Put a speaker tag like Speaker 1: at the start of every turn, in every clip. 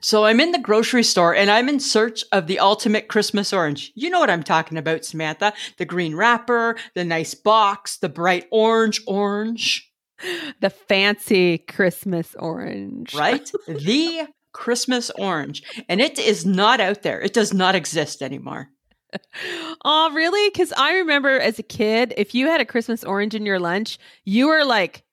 Speaker 1: So I'm in the grocery store and I'm in search of the ultimate Christmas orange. You know what I'm talking about, Samantha. The green wrapper, the nice box, the bright orange orange,
Speaker 2: The fancy Christmas orange.
Speaker 1: right? the Christmas orange. And it is not out there. It does not exist anymore.
Speaker 2: Oh, really? Because I remember as a kid, if you had a Christmas orange in your lunch, you were like,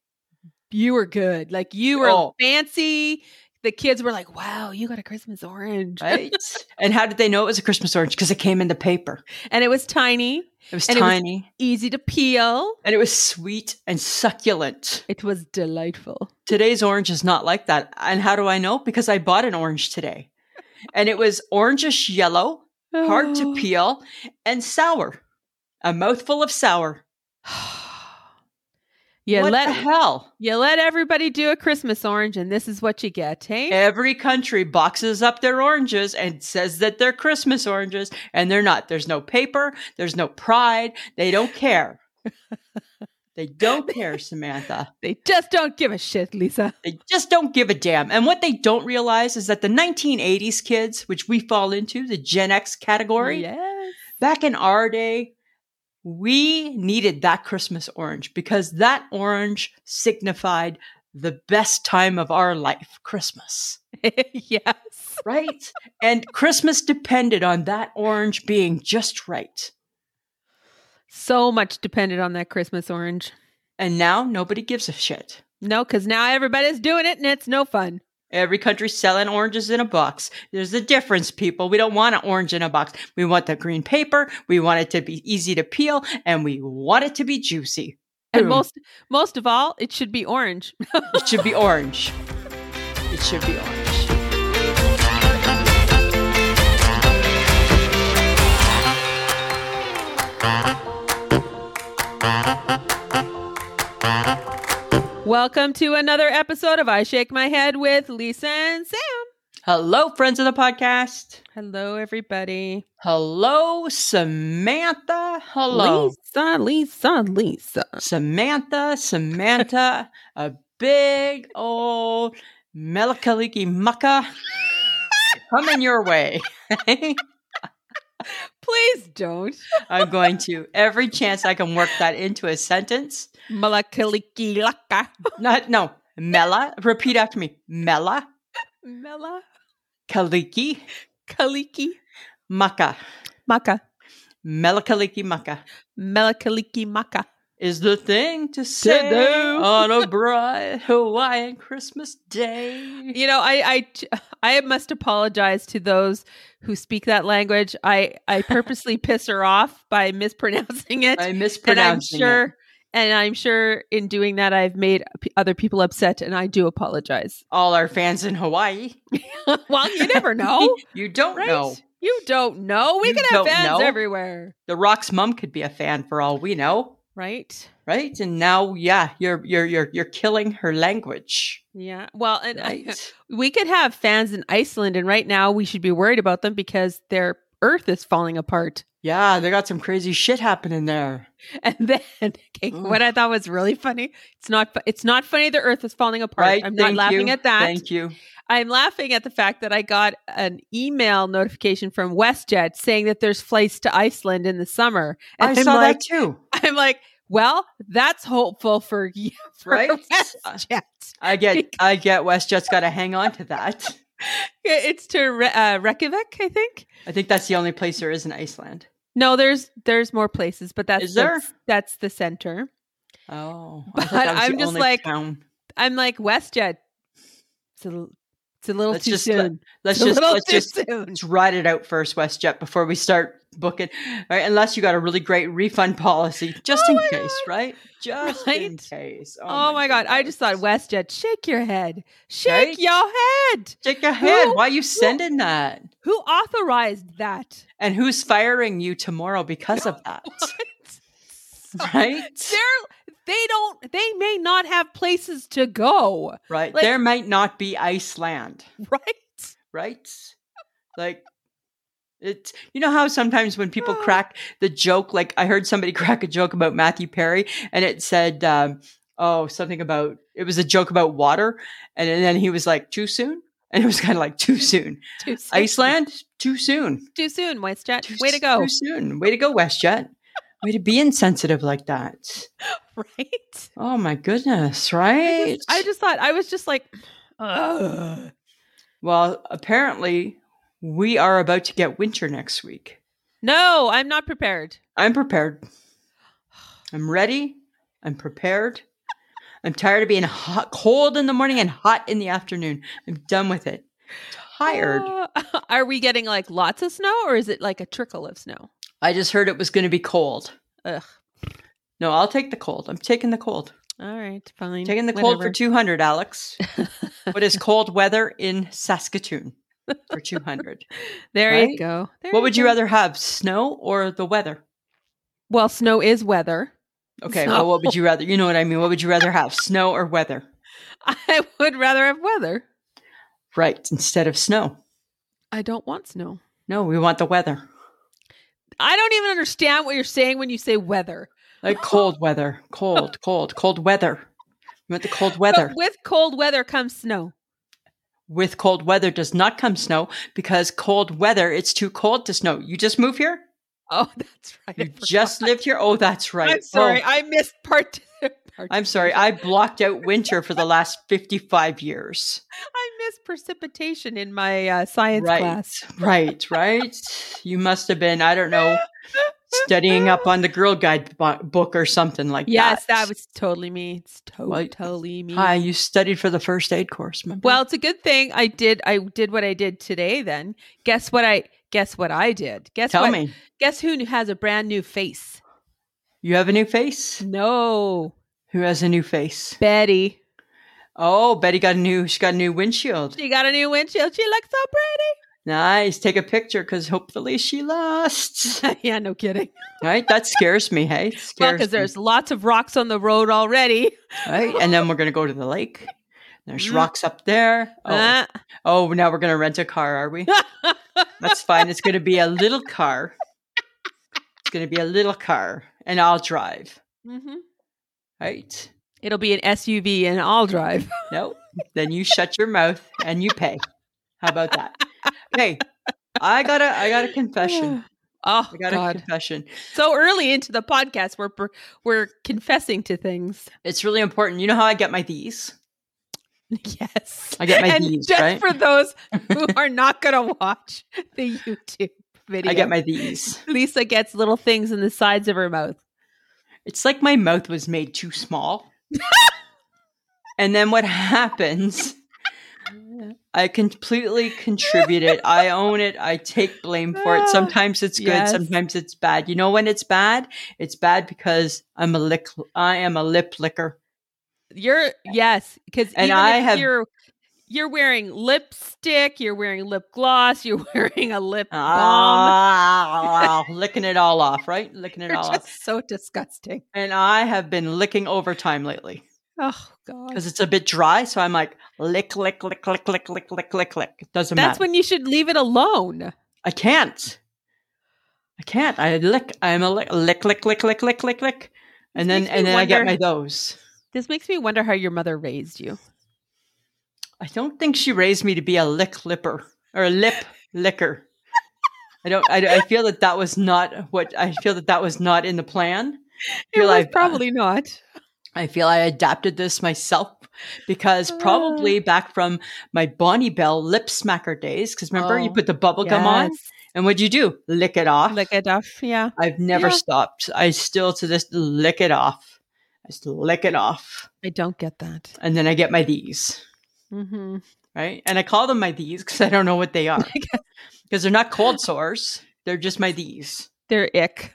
Speaker 2: you were good. Like you were
Speaker 1: Oh.
Speaker 2: fancy. The kids were like, wow, you got a Christmas orange.
Speaker 1: Right? and how did they know it was a Christmas orange? Because it came in the paper.
Speaker 2: And it was tiny,
Speaker 1: It was
Speaker 2: And it was-
Speaker 1: tiny
Speaker 2: easy to peel.
Speaker 1: and it was sweet and succulent.
Speaker 2: It was delightful.
Speaker 1: Today's orange is not like that. And how do I know? Because I bought an orange today. And it was orangish yellow hard
Speaker 2: Oh.
Speaker 1: to peel, and sour. A mouthful of sour.
Speaker 2: Yeah,
Speaker 1: what the
Speaker 2: let
Speaker 1: hell?
Speaker 2: you let everybody do a Christmas orange, and this is what you get, hey?
Speaker 1: Every country boxes up their oranges and says that they're Christmas oranges, and they're not. There's no paper, there's no pride. They don't care. they don't care, Samantha.
Speaker 2: They just don't give a shit, Lisa.
Speaker 1: They just don't give a damn. And what they don't realize is that the 1980s kids, which we fall into, the Gen X category,
Speaker 2: Yes.
Speaker 1: back in our day, we needed that Christmas orange because that orange signified the best time of our life, Christmas,
Speaker 2: yes.
Speaker 1: right? and Christmas depended on that orange being just right.
Speaker 2: So much depended on that Christmas orange.
Speaker 1: And now nobody gives a shit.
Speaker 2: No, because now everybody's doing it and it's no fun.
Speaker 1: Every country's selling oranges in a box. There's a difference, people. We don't want an orange in a box. We want the green paper. We want it to be easy to peel and we want it to be juicy.
Speaker 2: And
Speaker 1: Boom.
Speaker 2: most most of all, it should be orange.
Speaker 1: It should be orange. It should be orange.
Speaker 2: Welcome to another episode of I Shake My Head with Lisa and Sam.
Speaker 1: Hello, friends of the podcast.
Speaker 2: Hello, everybody.
Speaker 1: Hello, Samantha. Hello,
Speaker 2: Lisa, Lisa, Lisa.
Speaker 1: Samantha. Samantha, a big old melakaliki mucka coming your way.
Speaker 2: Please don't.
Speaker 1: I'm going to every chance I can work that into a sentence.
Speaker 2: Malakalikilaka.
Speaker 1: Not no, Mela. Repeat after me. Mela
Speaker 2: Mela
Speaker 1: kaliki
Speaker 2: Kaliki
Speaker 1: mucka.
Speaker 2: Maka.
Speaker 1: Melakaliki mucka
Speaker 2: Melakaliki Maka.
Speaker 1: is the thing to say
Speaker 2: do.
Speaker 1: on a bright Hawaiian Christmas day.
Speaker 2: You know, I, I I must apologize to those who speak that language. I I purposely piss her off by mispronouncing it.
Speaker 1: I
Speaker 2: and I'm
Speaker 1: mispronounced
Speaker 2: sure and I'm sure in doing that I've made p- other people upset and I do apologize.
Speaker 1: all our fans in Hawaii.
Speaker 2: well, you never know,
Speaker 1: You don't
Speaker 2: right?
Speaker 1: know.
Speaker 2: You don't know. We
Speaker 1: You
Speaker 2: can have
Speaker 1: don't
Speaker 2: fans
Speaker 1: know.
Speaker 2: everywhere,
Speaker 1: The Rock's mom could be a fan for all we know,
Speaker 2: right?
Speaker 1: right? And now, yeah, you're you're you're you're killing her language,
Speaker 2: Yeah. Well, and I-
Speaker 1: right?
Speaker 2: we could have fans in Iceland and right now we should be worried about them because their earth is falling apart.
Speaker 1: yeah, they got some crazy shit happening there.
Speaker 2: And then okay, what I thought was really funny. It's not fu- it's not funny the earth is falling apart.
Speaker 1: Right?
Speaker 2: I'm not
Speaker 1: Thank
Speaker 2: laughing
Speaker 1: you.
Speaker 2: at that.
Speaker 1: Thank you.
Speaker 2: I'm laughing at the fact that I got an email notification from WestJet saying that there's flights to Iceland in the summer.
Speaker 1: I
Speaker 2: And I'm
Speaker 1: saw
Speaker 2: like,
Speaker 1: that too.
Speaker 2: I'm like, well, that's hopeful for you, for
Speaker 1: Right?
Speaker 2: WestJet.
Speaker 1: I get I get WestJet's got to hang on to that.
Speaker 2: It's to Re- uh, Reykjavik, I think.
Speaker 1: I think that's the only place there is in Iceland.
Speaker 2: No, there's there's more places, but that's
Speaker 1: Is there?
Speaker 2: That's, that's the center.
Speaker 1: Oh, I thought
Speaker 2: But
Speaker 1: that was
Speaker 2: I'm
Speaker 1: the
Speaker 2: just
Speaker 1: only
Speaker 2: like-
Speaker 1: town.
Speaker 2: I'm like WestJet. It's a, l- it's a little
Speaker 1: Let's
Speaker 2: too
Speaker 1: just let-
Speaker 2: soon.
Speaker 1: Let's
Speaker 2: It's a
Speaker 1: just
Speaker 2: little
Speaker 1: let's
Speaker 2: too
Speaker 1: just
Speaker 2: soon.
Speaker 1: let's ride it out first, WestJet, before we start booking. All right, unless you got a really great refund policy, just
Speaker 2: Oh
Speaker 1: in
Speaker 2: my
Speaker 1: case, right? Just in
Speaker 2: Right?
Speaker 1: case.
Speaker 2: Oh, my god! I just thought
Speaker 1: goodness.
Speaker 2: WestJet. Shake your head.
Speaker 1: Right?
Speaker 2: Shake your head.
Speaker 1: Shake your head.
Speaker 2: Who-
Speaker 1: Why are you sending that?
Speaker 2: Who authorized that?
Speaker 1: And who's firing you tomorrow because of that? Right?
Speaker 2: Oh They're they don't they may not have places to go,
Speaker 1: Right.
Speaker 2: like-
Speaker 1: there might not be Iceland,
Speaker 2: right?
Speaker 1: right? Like it's you know how sometimes when people
Speaker 2: Oh.
Speaker 1: crack the joke, like I heard somebody crack a joke about Matthew Perry and it said um, oh something about it was a joke about water and, and then he was like, Too soon? And it was kind of like too soon.
Speaker 2: Too soon.
Speaker 1: Iceland, too soon.
Speaker 2: Too soon, WestJet.
Speaker 1: Too,
Speaker 2: Way to go.
Speaker 1: Too soon. Way to go, WestJet. Way to be insensitive like that.
Speaker 2: Right?
Speaker 1: Oh my goodness, right?
Speaker 2: I just thought, I was just like, ugh.
Speaker 1: well, apparently we are about to get winter next week.
Speaker 2: No, I'm not prepared.
Speaker 1: I'm prepared. I'm ready. I'm prepared. I'm tired of being hot, cold in the morning and hot in the afternoon. I'm done with it. Tired.
Speaker 2: Uh, are we getting like lots of snow or is it like a trickle of snow?
Speaker 1: I just heard it was going to be cold.
Speaker 2: Ugh.
Speaker 1: No, I'll take the cold. I'm taking the cold.
Speaker 2: All right, fine.
Speaker 1: Taking the cold for 200, Alex. what is cold weather in Saskatoon for 200?
Speaker 2: There you
Speaker 1: right?
Speaker 2: go. There
Speaker 1: what would you
Speaker 2: go.
Speaker 1: rather have, snow or the weather?
Speaker 2: Well, snow is weather.
Speaker 1: Okay, well, what would you rather? You know what I mean. What would you rather have, snow or weather?
Speaker 2: I would rather have weather.
Speaker 1: Right, instead of snow.
Speaker 2: I don't want snow.
Speaker 1: No, we want the weather.
Speaker 2: I don't even understand what you're saying when you say weather.
Speaker 1: Like cold weather, cold, cold, cold weather. We want the cold weather.
Speaker 2: But with cold weather comes snow.
Speaker 1: With cold weather does not come snow because cold weather, it's too cold to snow. You just moved here?
Speaker 2: Oh, that's right. I
Speaker 1: You just lived here? Oh, that's right.
Speaker 2: forgot. I'm sorry.
Speaker 1: Oh,
Speaker 2: I missed part. part-
Speaker 1: I'm sorry. I blocked out winter for the last 55 years.
Speaker 2: I missed precipitation in my uh, science
Speaker 1: right.
Speaker 2: class.
Speaker 1: Right, right. You must have been, I don't know, studying up on the Girl Guide bu- book or something like
Speaker 2: Yes,
Speaker 1: that.
Speaker 2: that was totally me. It's
Speaker 1: Well,
Speaker 2: totally me.
Speaker 1: Hi, you studied for the first aid course. Remember?
Speaker 2: Well, it's a good thing I did. I did what I did today. Then guess what I guess what I did. Guess
Speaker 1: tell
Speaker 2: what?
Speaker 1: me,
Speaker 2: Guess who has a brand new face?
Speaker 1: you have a new face.
Speaker 2: No,
Speaker 1: Who has a new face?
Speaker 2: Betty.
Speaker 1: Oh, Betty got a new. She got a new windshield.
Speaker 2: She got a new windshield. She looks so
Speaker 1: Nice. Take a picture because hopefully she lasts.
Speaker 2: pretty. yeah, no kidding.
Speaker 1: right? That scares me. Hey, It
Speaker 2: Well,
Speaker 1: scares
Speaker 2: because
Speaker 1: me.
Speaker 2: there's lots of rocks on the road already.
Speaker 1: right. And then we're gonna go to the lake. There's
Speaker 2: Mm.
Speaker 1: rocks up there. Oh,
Speaker 2: Uh,
Speaker 1: oh, now we're gonna rent a car, are we? That's fine. It's gonna be a little car. It's gonna be a little car, and I'll drive.
Speaker 2: mhm.
Speaker 1: Right?
Speaker 2: It'll be an SUV and I'll drive.
Speaker 1: No, then you shut your mouth and you pay. How about that? Hey, I got a I got a confession.
Speaker 2: Oh
Speaker 1: I got
Speaker 2: God!
Speaker 1: a confession.
Speaker 2: So early into the podcast, we're per- we're confessing to things.
Speaker 1: It's really important. You know how I get my these?
Speaker 2: Yes,
Speaker 1: I get my
Speaker 2: and
Speaker 1: these,
Speaker 2: just
Speaker 1: right?
Speaker 2: for those who are not going to watch the YouTube video,
Speaker 1: I get my these.
Speaker 2: Lisa gets little things in the sides of her mouth.
Speaker 1: It's like my mouth was made too small. and then what happens? I completely contribute it. I own it. I take blame for it. Sometimes it's good,
Speaker 2: Yes.
Speaker 1: sometimes it's bad. You know when it's bad? It's bad because I'm a lick I am a lip licker.
Speaker 2: You're yes, because
Speaker 1: And I have-
Speaker 2: you're you're wearing lipstick, you're wearing lip gloss, you're wering a lip balm.
Speaker 1: Ah, licking it all off, right? Licking it
Speaker 2: You're
Speaker 1: all
Speaker 2: just
Speaker 1: off.
Speaker 2: so disgusting.
Speaker 1: And I have been licking overtime lately
Speaker 2: Oh God.
Speaker 1: because it's a bit dry. So I'm like, lick, lick, lick, lick, lick, lick, lick, lick, lick. It doesn't matter.
Speaker 2: That's when you should leave it alone.
Speaker 1: I can't. I can't. I lick. I'm a lick, lick, lick, lick, lick, lick, lick, lick. And then,
Speaker 2: makes me
Speaker 1: and then I get
Speaker 2: wonder-
Speaker 1: my those.
Speaker 2: This makes me wonder how your mother raised you.
Speaker 1: I don't think she raised me to be a lick lipper or a lip licker. I don't. I, I feel that that was not what. I feel that that was not in the plan.
Speaker 2: It
Speaker 1: You're
Speaker 2: was
Speaker 1: like, uh,
Speaker 2: probably not.
Speaker 1: I feel I adapted this myself because
Speaker 2: Ah.
Speaker 1: probably back from my Bonnie Bell lip smacker days. Because remember, you
Speaker 2: Oh,
Speaker 1: put the bubble gum on, and what'd you do? Lick it off.
Speaker 2: Like a duff, yeah.
Speaker 1: I've never
Speaker 2: yeah.
Speaker 1: stopped. I still to this lick it off. I just lick it off,
Speaker 2: I don't get that.
Speaker 1: and then I get my these
Speaker 2: Mm-hmm.
Speaker 1: right, and I call them my these because I don't know what they are because they're not cold sores. They're just my these.
Speaker 2: They're ick.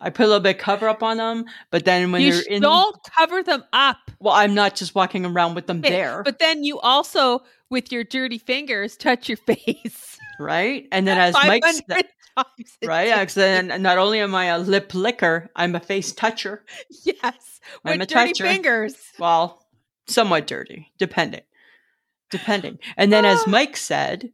Speaker 1: I put a little bit of cover up on them, but then when
Speaker 2: you
Speaker 1: they're in,
Speaker 2: don't cover them up.
Speaker 1: well, I'm not just walking around with them
Speaker 2: Okay,
Speaker 1: there.
Speaker 2: But then you also, with your dirty fingers, touch your face.
Speaker 1: right? And then as Mike
Speaker 2: 500
Speaker 1: said,
Speaker 2: times a
Speaker 1: right?
Speaker 2: day.
Speaker 1: Because then not only am I a lip licker, I'm a face toucher.
Speaker 2: Yes. With
Speaker 1: I'm a
Speaker 2: dirty
Speaker 1: toucher.
Speaker 2: fingers.
Speaker 1: Well, somewhat dirty, depending, depending. And then as Mike said,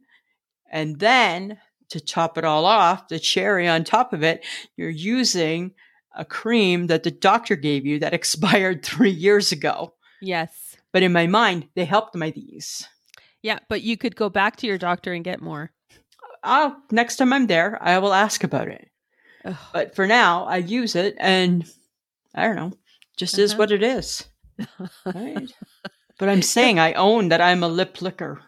Speaker 1: and then to top it all off, the cherry on top of it, you're using a cream that the doctor gave you that expired three years ago.
Speaker 2: Yes.
Speaker 1: But in my mind, they helped my these.
Speaker 2: Yeah, but you could go back to your doctor and get more.
Speaker 1: I'll, next time I'm there, I will ask about it.
Speaker 2: Ugh.
Speaker 1: But for now, I use it, and I don't know, just is
Speaker 2: Uh-huh.
Speaker 1: what it is. All right. but I'm saying I own that I'm a lip licker,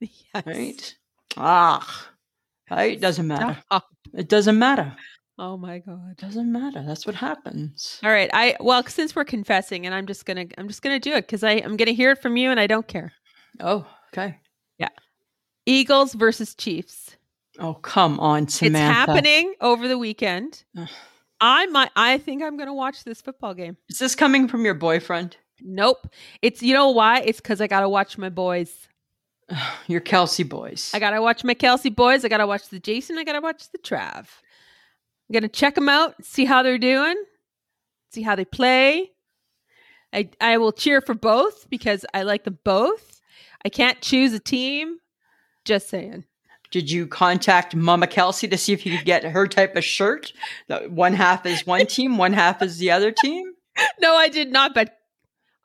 Speaker 2: yes.
Speaker 1: right? Ah, right. It doesn't matter.
Speaker 2: Stop.
Speaker 1: It doesn't matter.
Speaker 2: Oh my god.
Speaker 1: It doesn't matter. That's what happens.
Speaker 2: All right. I well, since we're confessing, and I'm just gonna, I'm just gonna do it because I, I'm gonna hear it from you, and I don't care.
Speaker 1: Oh, okay.
Speaker 2: Eagles versus Chiefs.
Speaker 1: Oh, come on, Samantha.
Speaker 2: It's happening over the weekend.
Speaker 1: Ugh.
Speaker 2: I might. I think I'm gonna watch this football game.
Speaker 1: Is this coming from your boyfriend?
Speaker 2: Nope. It's you know why? It's because I gotta watch my boys.
Speaker 1: Your Kelsey boys.
Speaker 2: I gotta watch my Kelsey boys. I gotta watch the Jason. I gotta watch the Trav. I'm gonna check them out, see how they're doing, see how they play. I I will cheer for both because I like them both. I can't choose a team. Just saying.
Speaker 1: Did you contact Mama Kelsey to see if you could get her type of shirt? The one half is one team, one half is the other team.
Speaker 2: No, I did not, but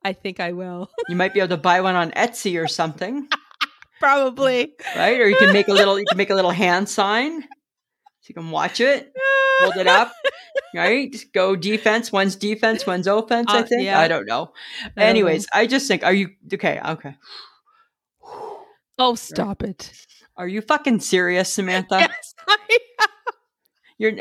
Speaker 2: I think I will.
Speaker 1: You might be able to buy one on Etsy or something,
Speaker 2: Probably.
Speaker 1: right? Or you can make a little you can make a little hand sign so you can watch it, hold it up, right? Go defense, one's defense, one's offense, I
Speaker 2: Uh,
Speaker 1: think.
Speaker 2: yeah.
Speaker 1: I don't know.
Speaker 2: I don't
Speaker 1: Anyways, I just think are you okay, okay.
Speaker 2: know. Oh, stop it.
Speaker 1: Are you fucking serious, Samantha?
Speaker 2: Yes, I
Speaker 1: You're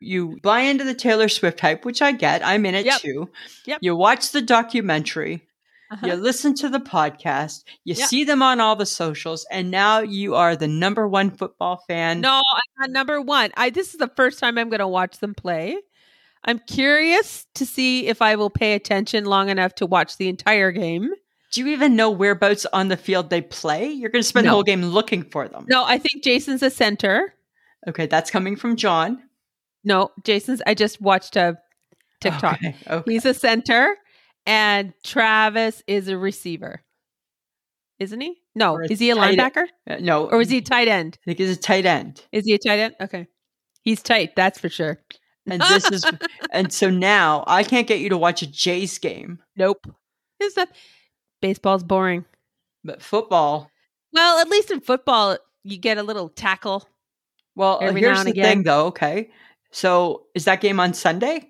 Speaker 1: you buy into the Taylor Swift hype, which I get. I'm in it
Speaker 2: Yep.
Speaker 1: too.
Speaker 2: Yep.
Speaker 1: You watch the documentary,
Speaker 2: Uh-huh.
Speaker 1: you listen to the podcast, you
Speaker 2: Yep.
Speaker 1: see them on all the socials, and now you are the number one football fan.
Speaker 2: No, I'm not number one. I this is the first time I'm going to watch them play. I'm curious to see if I will pay attention long enough to watch the entire game.
Speaker 1: Do you even know whereabouts on the field they play? You're going to spend the
Speaker 2: No.
Speaker 1: whole game looking for them.
Speaker 2: No, I think Jason's a center.
Speaker 1: Okay, that's coming from John.
Speaker 2: Oh, No, Jason's. I just watched a TikTok.
Speaker 1: Okay. okay.
Speaker 2: He's a center, and Travis is a receiver, isn't he? No,
Speaker 1: Or a
Speaker 2: is he a
Speaker 1: tight end.
Speaker 2: linebacker
Speaker 1: Uh, no,
Speaker 2: or is he a tight end?
Speaker 1: I think he's a tight end.
Speaker 2: Is he a tight end? Okay, he's tight. That's for sure.
Speaker 1: And this is, and so now I can't get you to watch a Jays game,
Speaker 2: Nope. It's not. Baseball's boring.
Speaker 1: but football
Speaker 2: Well, at least in football, you get a little tackle.
Speaker 1: Well, uh,
Speaker 2: every now
Speaker 1: here's
Speaker 2: and
Speaker 1: the thing,
Speaker 2: again.
Speaker 1: though. Okay, so is that game on Sunday?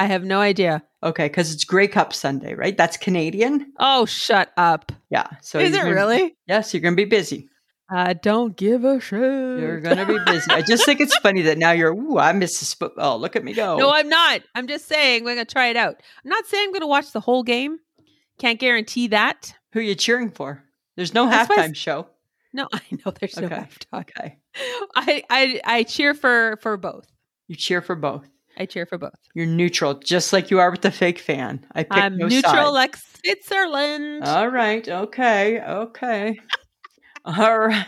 Speaker 2: I have no idea.
Speaker 1: Okay, because it's Grey Cup Sunday, right? That's Canadian.
Speaker 2: Oh, shut up.
Speaker 1: Yeah. So
Speaker 2: Is
Speaker 1: you're
Speaker 2: it
Speaker 1: gonna-
Speaker 2: really?
Speaker 1: Yes, you're gonna be busy.
Speaker 2: I don't give a shit.
Speaker 1: You're gonna be busy. I just think it's funny that now you're. Ooh, I miss this football. Look at me go.
Speaker 2: No, I'm not. I'm just saying we're going to try it out. I'm not saying I'm going to watch the whole game. Can't guarantee that.
Speaker 1: Who are you cheering for? There's no
Speaker 2: That's why I s-
Speaker 1: halftime show.
Speaker 2: No, I know there's no
Speaker 1: Okay.
Speaker 2: halftime.
Speaker 1: Okay.
Speaker 2: I, I I cheer for for both.
Speaker 1: You cheer for both.
Speaker 2: I cheer for both.
Speaker 1: You're neutral, just like you are with the fake fan. I pick Oh.
Speaker 2: I'm
Speaker 1: no
Speaker 2: Um, neutral
Speaker 1: side.
Speaker 2: like Switzerland.
Speaker 1: All right. Okay. Okay. All right.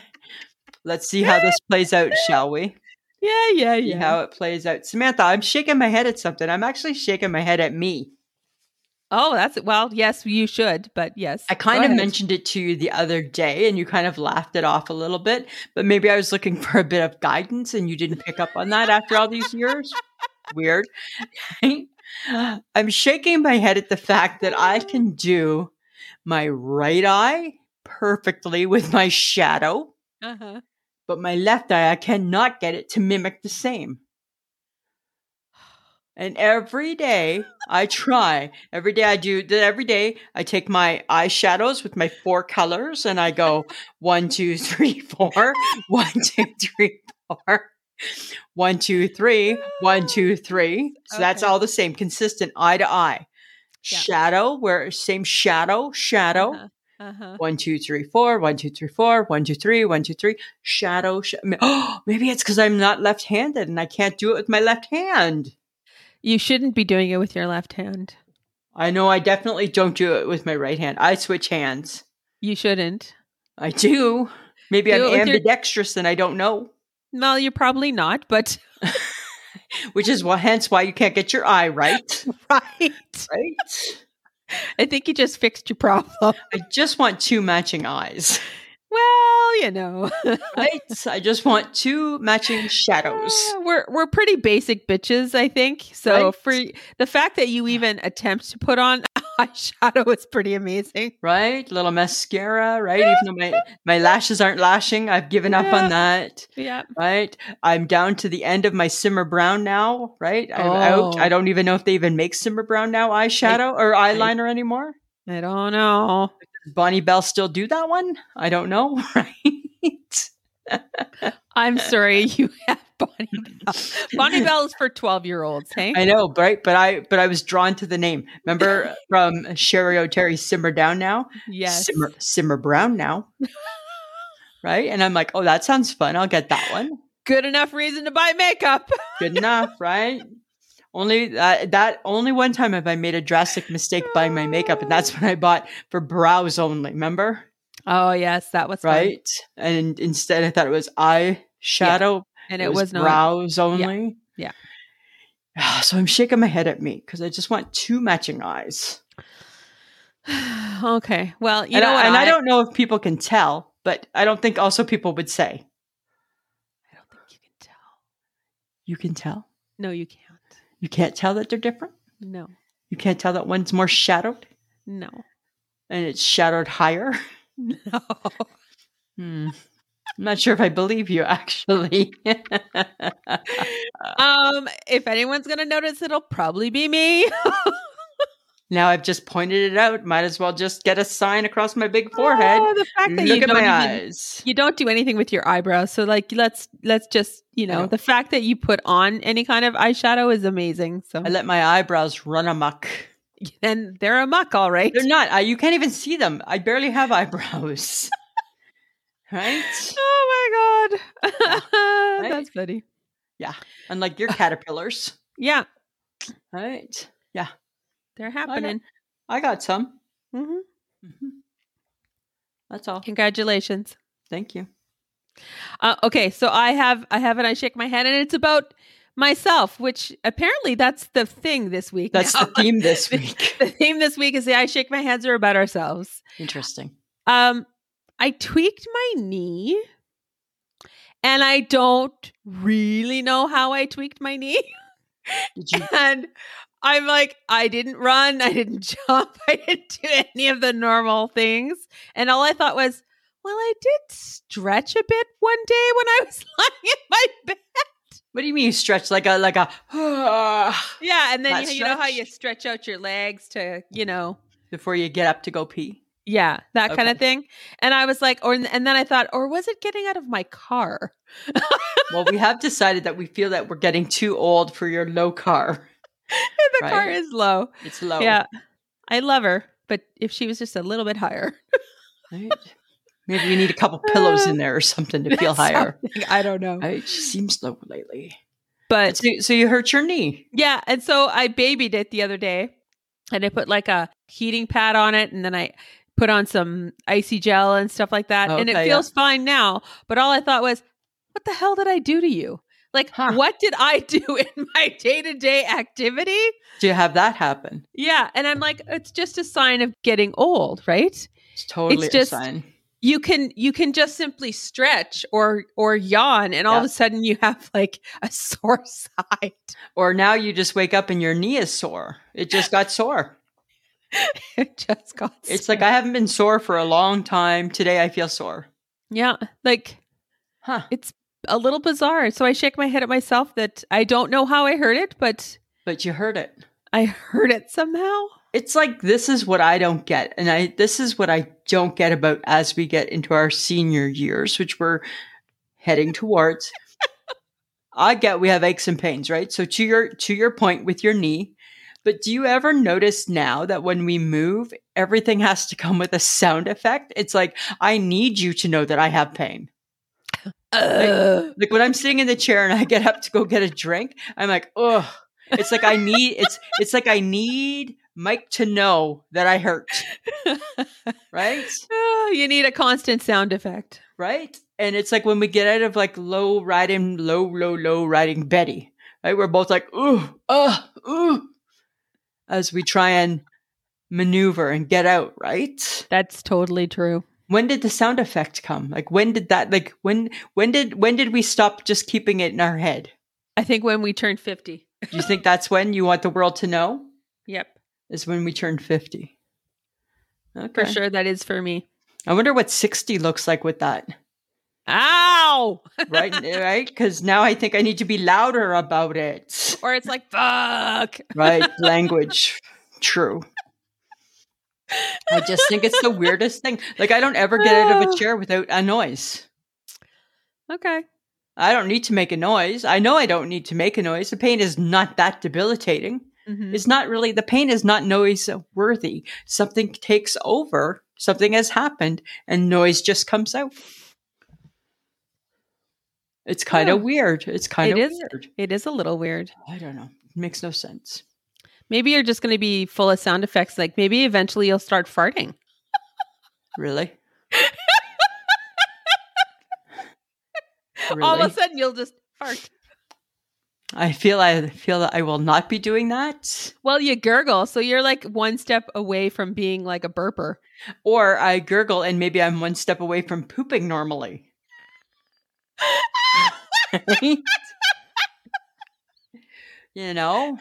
Speaker 1: Let's see how this plays out, shall we?
Speaker 2: yeah, yeah,
Speaker 1: see
Speaker 2: yeah.
Speaker 1: how it plays out. Samantha, I'm shaking my head at something. I'm actually shaking my head at me.
Speaker 2: oh, that's well, yes, you should, but yes.
Speaker 1: I
Speaker 2: Go
Speaker 1: kind of
Speaker 2: ahead.
Speaker 1: mentioned it to you the other day and you kind of laughed it off a little bit, but maybe I was looking for a bit of guidance and you didn't pick up on that after all these years. Weird. I'm shaking my head at the fact that I can do my right eye perfectly with my shadow,
Speaker 2: Uh-huh.
Speaker 1: but my left eye, I cannot get it to mimic the same. And every day I try. Every day I do. Every day I take my eyeshadows with my four colors and I go one, two, three, four, one, two, three, four, one, two, three, one, two, three. So that's
Speaker 2: Okay.
Speaker 1: all the same, consistent eye to eye.
Speaker 2: Yeah.
Speaker 1: Shadow, where same shadow, shadow.
Speaker 2: Uh-huh. Uh-huh.
Speaker 1: One, two, three, four, one, two, three, four, one, two, three, one, two, three. Shadow. Sh- oh, maybe it's because I'm not left handed and I can't do it with my left hand.
Speaker 2: You shouldn't be doing it with your left hand.
Speaker 1: I know I definitely don't do it with my right hand. I switch hands.
Speaker 2: You shouldn't.
Speaker 1: I do. Maybe
Speaker 2: Do it
Speaker 1: I'm
Speaker 2: with your-
Speaker 1: ambidextrous and I don't know,
Speaker 2: Well, you're probably not, but
Speaker 1: which is why, hence why you can't get your eye right.
Speaker 2: right.
Speaker 1: Right?
Speaker 2: I think you just fixed your problem.
Speaker 1: I just want two matching eyes.
Speaker 2: Well, you know.
Speaker 1: Right? I just want two matching shadows.
Speaker 2: Yeah, we're we're pretty basic bitches, I think. So
Speaker 1: Right.
Speaker 2: for the fact that you even attempt to put on eyeshadow is pretty amazing.
Speaker 1: Right? Little mascara, right? Even though my, my lashes aren't lashing, I've given up
Speaker 2: Yeah.
Speaker 1: on that.
Speaker 2: Yeah.
Speaker 1: Right? I'm down to the end of my simmer brown now, right? I'm out.
Speaker 2: Oh.
Speaker 1: I don't even know if they even make simmer brown now eyeshadow or eyeliner anymore.
Speaker 2: I don't know.
Speaker 1: Does Bonnie Bell still do that one? I don't know, right?
Speaker 2: I'm sorry you have Bonnie Bell. Bonnie Bell is for 12 year olds, hey?
Speaker 1: I know, right? But I but I was drawn to the name. Remember from Sherry O'Terry Simmer Down Now?
Speaker 2: yes.
Speaker 1: Simmer Simmer Brown Now. right? And I'm like, oh that sounds fun. I'll get that one.
Speaker 2: Good enough reason to buy makeup.
Speaker 1: Good enough, right? Only that, that only one time have I made a drastic mistake buying my makeup, and that's when I bought for brows only, remember?
Speaker 2: Oh, yes, that was fun.
Speaker 1: Right? And instead I thought it was eye shadow
Speaker 2: And it, was, not.
Speaker 1: brows only.
Speaker 2: Yeah.
Speaker 1: So I'm shaking my head at me because I just want two matching eyes.
Speaker 2: okay. Well, you
Speaker 1: and
Speaker 2: know
Speaker 1: I,
Speaker 2: what?
Speaker 1: and I, don't know if people can tell, but I don't think also people would say
Speaker 2: I don't think you can tell.
Speaker 1: you can tell.
Speaker 2: No, you can't.
Speaker 1: You can't tell that they're different.
Speaker 2: No,
Speaker 1: You can't tell that one's more shadowed
Speaker 2: no,
Speaker 1: and it's shadowed higher.
Speaker 2: no.
Speaker 1: Hmm. I'm not sure if I believe you actually.
Speaker 2: um, if anyone's gonna notice, it'll probably be me.
Speaker 1: now I've just pointed it out. Might as well just get a sign across my big forehead.
Speaker 2: Oh, the fact that
Speaker 1: Look
Speaker 2: you
Speaker 1: at
Speaker 2: don't
Speaker 1: my
Speaker 2: even-
Speaker 1: eyes.
Speaker 2: You don't do anything with your eyebrows, so like let's let's just you know
Speaker 1: don't.
Speaker 2: the fact that you put on any kind of eyeshadow is amazing. So
Speaker 1: I let my eyebrows run amok.
Speaker 2: and they're a muck, all right.
Speaker 1: They're not. I, you can't even see them. I barely have eyebrows. right?
Speaker 2: Oh my god,
Speaker 1: right?
Speaker 2: that's funny.
Speaker 1: Unlike your caterpillars.
Speaker 2: Yeah,
Speaker 1: Right?
Speaker 2: they're happening.
Speaker 1: I got some.
Speaker 2: hmm
Speaker 1: Mhm. That's all.
Speaker 2: Congratulations.
Speaker 1: Thank you.
Speaker 2: Uh, okay, so I have I have and I shake my head, and it's about myself, which apparently that's the thing this week.
Speaker 1: That's
Speaker 2: now.
Speaker 1: the theme this week.
Speaker 2: the theme this week is the I shake my heads are about ourselves.
Speaker 1: Interesting.
Speaker 2: Um, I tweaked my knee, and I don't really know how I tweaked my knee,
Speaker 1: Did you?
Speaker 2: and I'm like I didn't run, I didn't jump, I didn't do any of the normal things, and all I thought was. Well, I did stretch a bit one day when I was lying in my bed.
Speaker 1: What do you mean you stretch like a like a? ah.
Speaker 2: Yeah, and then
Speaker 1: That
Speaker 2: you, you know how
Speaker 1: stretch?
Speaker 2: you stretch out your legs to, you know,
Speaker 1: before you get up to go pee.
Speaker 2: yeah, that kind
Speaker 1: Okay.
Speaker 2: of thing. And I was like, or and then I thought, or was it getting out of my car?
Speaker 1: Well, we have decided that we feel that we're getting too old for your low car.
Speaker 2: the car
Speaker 1: Right. Oh.
Speaker 2: is low.
Speaker 1: It's low.
Speaker 2: Yeah, I love her, but if she was just a little bit higher,
Speaker 1: Right? Maybe you need a couple pillows in there or something to feel higher.
Speaker 2: something, I don't know,
Speaker 1: Right? She seems low lately.
Speaker 2: but
Speaker 1: So, so you hurt your knee.
Speaker 2: yeah. And so I babied it the other day, and I put like a heating pad on it, and then I put on some icy gel and stuff like that, and it
Speaker 1: Okay, yeah.
Speaker 2: feels fine now. But all I thought was, what the hell did I do to you? Like,
Speaker 1: Huh.
Speaker 2: what did I do in my day to day activity?
Speaker 1: Do you have that happen?
Speaker 2: Yeah. And I'm like, it's just a sign of getting old, right?
Speaker 1: It's totally
Speaker 2: It's just-
Speaker 1: a sign.
Speaker 2: You can you can just simply stretch or or yawn and all of
Speaker 1: Yeah.
Speaker 2: a sudden you have like a sore side.
Speaker 1: Or now you just wake up and your knee is sore. It just got sore.
Speaker 2: it just got
Speaker 1: It's
Speaker 2: sore.
Speaker 1: like I haven't been sore for a long time. Today I feel sore.
Speaker 2: Yeah. Like
Speaker 1: Huh.
Speaker 2: a little bizarre. So I shake my head at myself that I don't know how I heard it, but
Speaker 1: But you heard it.
Speaker 2: I heard it somehow.
Speaker 1: It's like this is what I don't get. And I this is what I don't get about as we get into our senior years, which we're heading towards. I get we have aches and pains, right? So to your to your point with your knee, but do you ever notice now that when we move, everything has to come with a sound effect? It's like I need you to know that I have pain.
Speaker 2: Ugh.
Speaker 1: Like when I'm sitting in the chair and I get up to go get a drink, I'm like, ugh. It's like I need it's it's like I need Mike to know that I hurt. Right?
Speaker 2: Ah, you need a constant sound effect.
Speaker 1: Right? And it's like when we get out of like low riding, low, low, low riding Betty. Right? We're both like, ooh, uh, ooh. As we try and maneuver and get out, right?
Speaker 2: That's totally true.
Speaker 1: when did the sound effect come? Like when did that like when when did when did we stop just keeping it in our head?
Speaker 2: I think when we turned 50.
Speaker 1: Do you think that's when you want the world to know?
Speaker 2: Yep.
Speaker 1: Is when we turned 50.
Speaker 2: For
Speaker 1: Okay.
Speaker 2: sure that is for me.
Speaker 1: I wonder what 60 looks like with that.
Speaker 2: Ow!
Speaker 1: Right? right? Cuz now I think I need to be louder about it.
Speaker 2: or it's like fuck.
Speaker 1: Right? Language. True. I just think it's the weirdest thing. Like I don't ever get out of a chair without a noise.
Speaker 2: Okay.
Speaker 1: I don't need to make a noise. I know I don't need to make a noise. The pain is not that debilitating.
Speaker 2: Mhm.
Speaker 1: It's not really, the pain is not noise worthy. Something takes over, something has happened, and noise just comes out. It's kind
Speaker 2: Yeah.
Speaker 1: of weird. It's kind
Speaker 2: It
Speaker 1: of
Speaker 2: is.
Speaker 1: weird.
Speaker 2: It is a little weird.
Speaker 1: I don't know. It makes no sense.
Speaker 2: Maybe you're just going to be full of sound effects. Like maybe eventually you'll start farting.
Speaker 1: Really?
Speaker 2: All
Speaker 1: really?
Speaker 2: of a sudden you'll just fart.
Speaker 1: I feel I feel that I will not be doing that.
Speaker 2: Well, you gurgle, so you're like one step away from being like a burper.
Speaker 1: Or I gurgle and maybe I'm one step away from pooping normally. you know?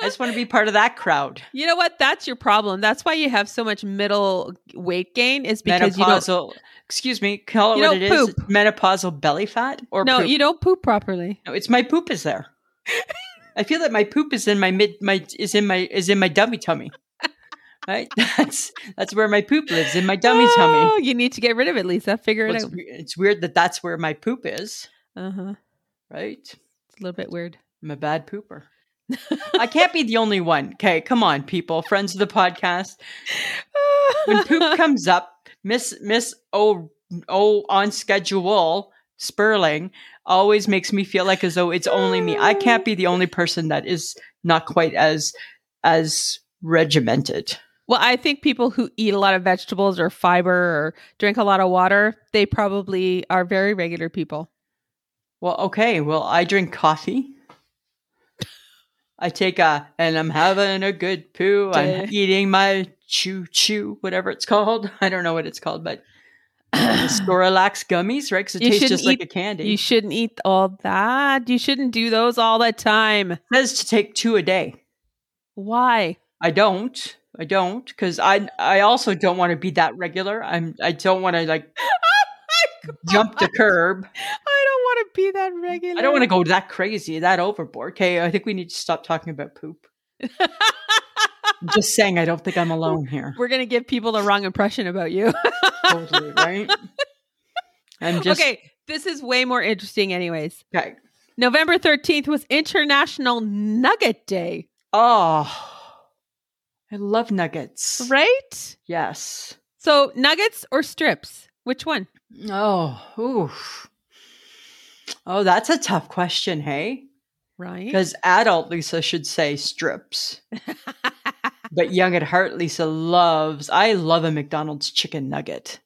Speaker 1: I just want to be part of that crowd.
Speaker 2: You know what? That's your problem. That's why you have so much middle weight gain is because you don't
Speaker 1: menopausal excuse me, call it
Speaker 2: You
Speaker 1: what it
Speaker 2: don't
Speaker 1: is.
Speaker 2: poop.
Speaker 1: It's menopausal belly fat or
Speaker 2: No,
Speaker 1: poop.
Speaker 2: you don't poop properly.
Speaker 1: No, it's my poop is there. I feel that my poop is in my mid my is in my is in my dummy tummy. Right? That's that's where my poop lives in my dummy tummy.
Speaker 2: Oh, You need to get rid of it, Lisa. Figure
Speaker 1: Well,
Speaker 2: it
Speaker 1: it's,
Speaker 2: out.
Speaker 1: we- it's weird that that's where my poop is,
Speaker 2: Uh-huh.
Speaker 1: right?
Speaker 2: It's a little bit weird.
Speaker 1: I'm a bad pooper. I can't be the only one. Okay, come on, people, friends of the podcast. When poop comes up, Miss Miss O O on schedule Sperling always makes me feel like as though it's only me. I can't be the only person that is not quite as as regimented.
Speaker 2: Well, I think people who eat a lot of vegetables or fiber or drink a lot of water, they probably are very regular people.
Speaker 1: Well, okay. Well, I drink coffee. I take a, and I'm having a good poo.
Speaker 2: Day.
Speaker 1: I'm eating my chew chew, whatever it's called. I don't know what it's called, but the Snorlax gummies, right? Because it
Speaker 2: You
Speaker 1: tastes
Speaker 2: shouldn't
Speaker 1: just like
Speaker 2: eat-
Speaker 1: a candy.
Speaker 2: you shouldn't eat all that. You shouldn't do those all the time.
Speaker 1: it says to take two a day.
Speaker 2: Why?
Speaker 1: I don't. I don't because I I also don't want to be that regular. I'm I don't want to like jump the curb.
Speaker 2: I don't want to be that regular.
Speaker 1: I don't want to go that crazy, that overboard. Okay, I think we need to stop talking about poop. I'm just saying, I don't think I'm alone here.
Speaker 2: We're going to give people the wrong impression about you.
Speaker 1: totally right. I'm just okay.
Speaker 2: okay, this is way more interesting anyways. November 13th was International Nugget Day,
Speaker 1: Oh, I love nuggets.
Speaker 2: right?
Speaker 1: Yes.
Speaker 2: So, nuggets or strips? Which one?
Speaker 1: Oh, oof. Oh, that's a tough question, hey?
Speaker 2: Right?
Speaker 1: Because adult Lisa should say strips, but young at heart Lisa loves. I love a McDonald's chicken nugget.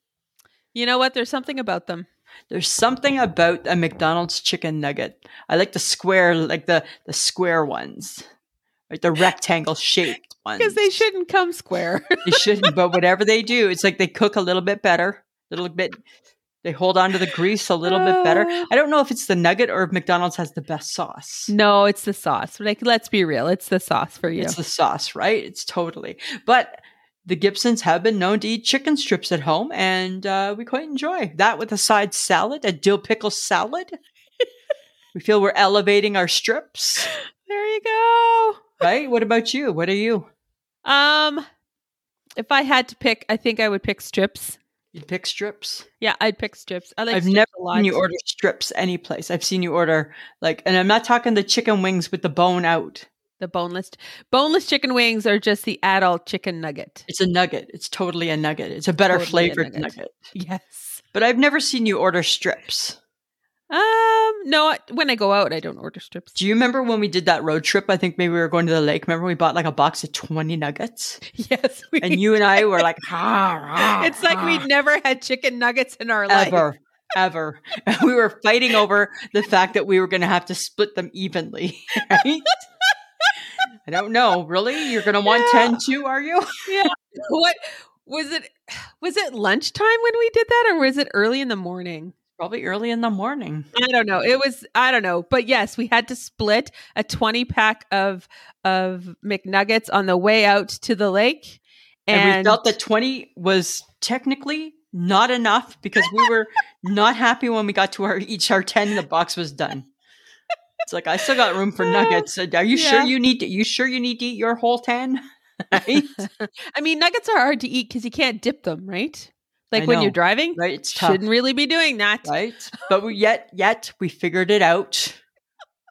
Speaker 2: you know what? There's something about them.
Speaker 1: There's something about a McDonald's chicken nugget. I like the square, like the the square ones, like the rectangle shaped ones.
Speaker 2: Because they shouldn't come square.
Speaker 1: They shouldn't, but whatever they do, it's like they cook a little bit better, a little bit. They hold on to the grease a little bit better.
Speaker 2: Oh.
Speaker 1: I don't know if it's the nugget or if McDonald's has the best sauce.
Speaker 2: no, it's the sauce. Like, let's be real. It's the sauce for you.
Speaker 1: It's the sauce, right? It's totally. But the Gibsons have been known to eat chicken strips at home, and uh, we quite enjoy that with a side salad, a dill pickle salad. we feel we're elevating our strips,
Speaker 2: there you go.
Speaker 1: right? What about you? What are you?
Speaker 2: Um, if I had to pick, I think I would pick strips.
Speaker 1: You pick strips.
Speaker 2: Yeah, I'd pick strips. I like
Speaker 1: I've
Speaker 2: strips
Speaker 1: never
Speaker 2: a lot.
Speaker 1: seen you order strips any place. I've seen you order like, and I'm not talking the chicken wings with the bone out.
Speaker 2: the boneless boneless chicken wings are just the adult chicken nugget.
Speaker 1: It's a nugget. It's totally a nugget. It's a better
Speaker 2: Totally a
Speaker 1: flavored
Speaker 2: nugget.
Speaker 1: nugget.
Speaker 2: Yes.
Speaker 1: But I've never seen you order strips.
Speaker 2: Um, no, I- when I go out, I don't order strips.
Speaker 1: Do you remember when we did that road trip? I think maybe we were going to the lake. Remember we bought like a box of 20 nuggets?
Speaker 2: Yes, we
Speaker 1: And you and I were like, "Ah, ah,
Speaker 2: It's like
Speaker 1: ah,"
Speaker 2: we'd never had chicken nuggets in our life.
Speaker 1: ever, ever. we were fighting over the fact that we were going to have to split them evenly. right? I don't know. Really? You're going to want
Speaker 2: Yeah.
Speaker 1: 10 too, are you?
Speaker 2: What Was it was it lunchtime when we did that or was it early in the morning?
Speaker 1: Probably early in the morning.
Speaker 2: I don't know. It was I don't know. But yes, we had to split a 20 pack of of McNuggets on the way out to the lake.
Speaker 1: And,
Speaker 2: And,
Speaker 1: we felt that 20 was technically not enough because we were not happy when we got to our each our 10 the box was done. It's like I still got room for nuggets. So Are you sure
Speaker 2: Yeah.
Speaker 1: you need to you sure you need to eat your whole 10? right?
Speaker 2: I mean, nuggets are hard to eat cuz you can't dip them, right? Like
Speaker 1: I
Speaker 2: when you're
Speaker 1: know.
Speaker 2: driving?
Speaker 1: Right? It's tough.
Speaker 2: Shouldn't really be doing that.
Speaker 1: right? But we, yet yet we figured it out.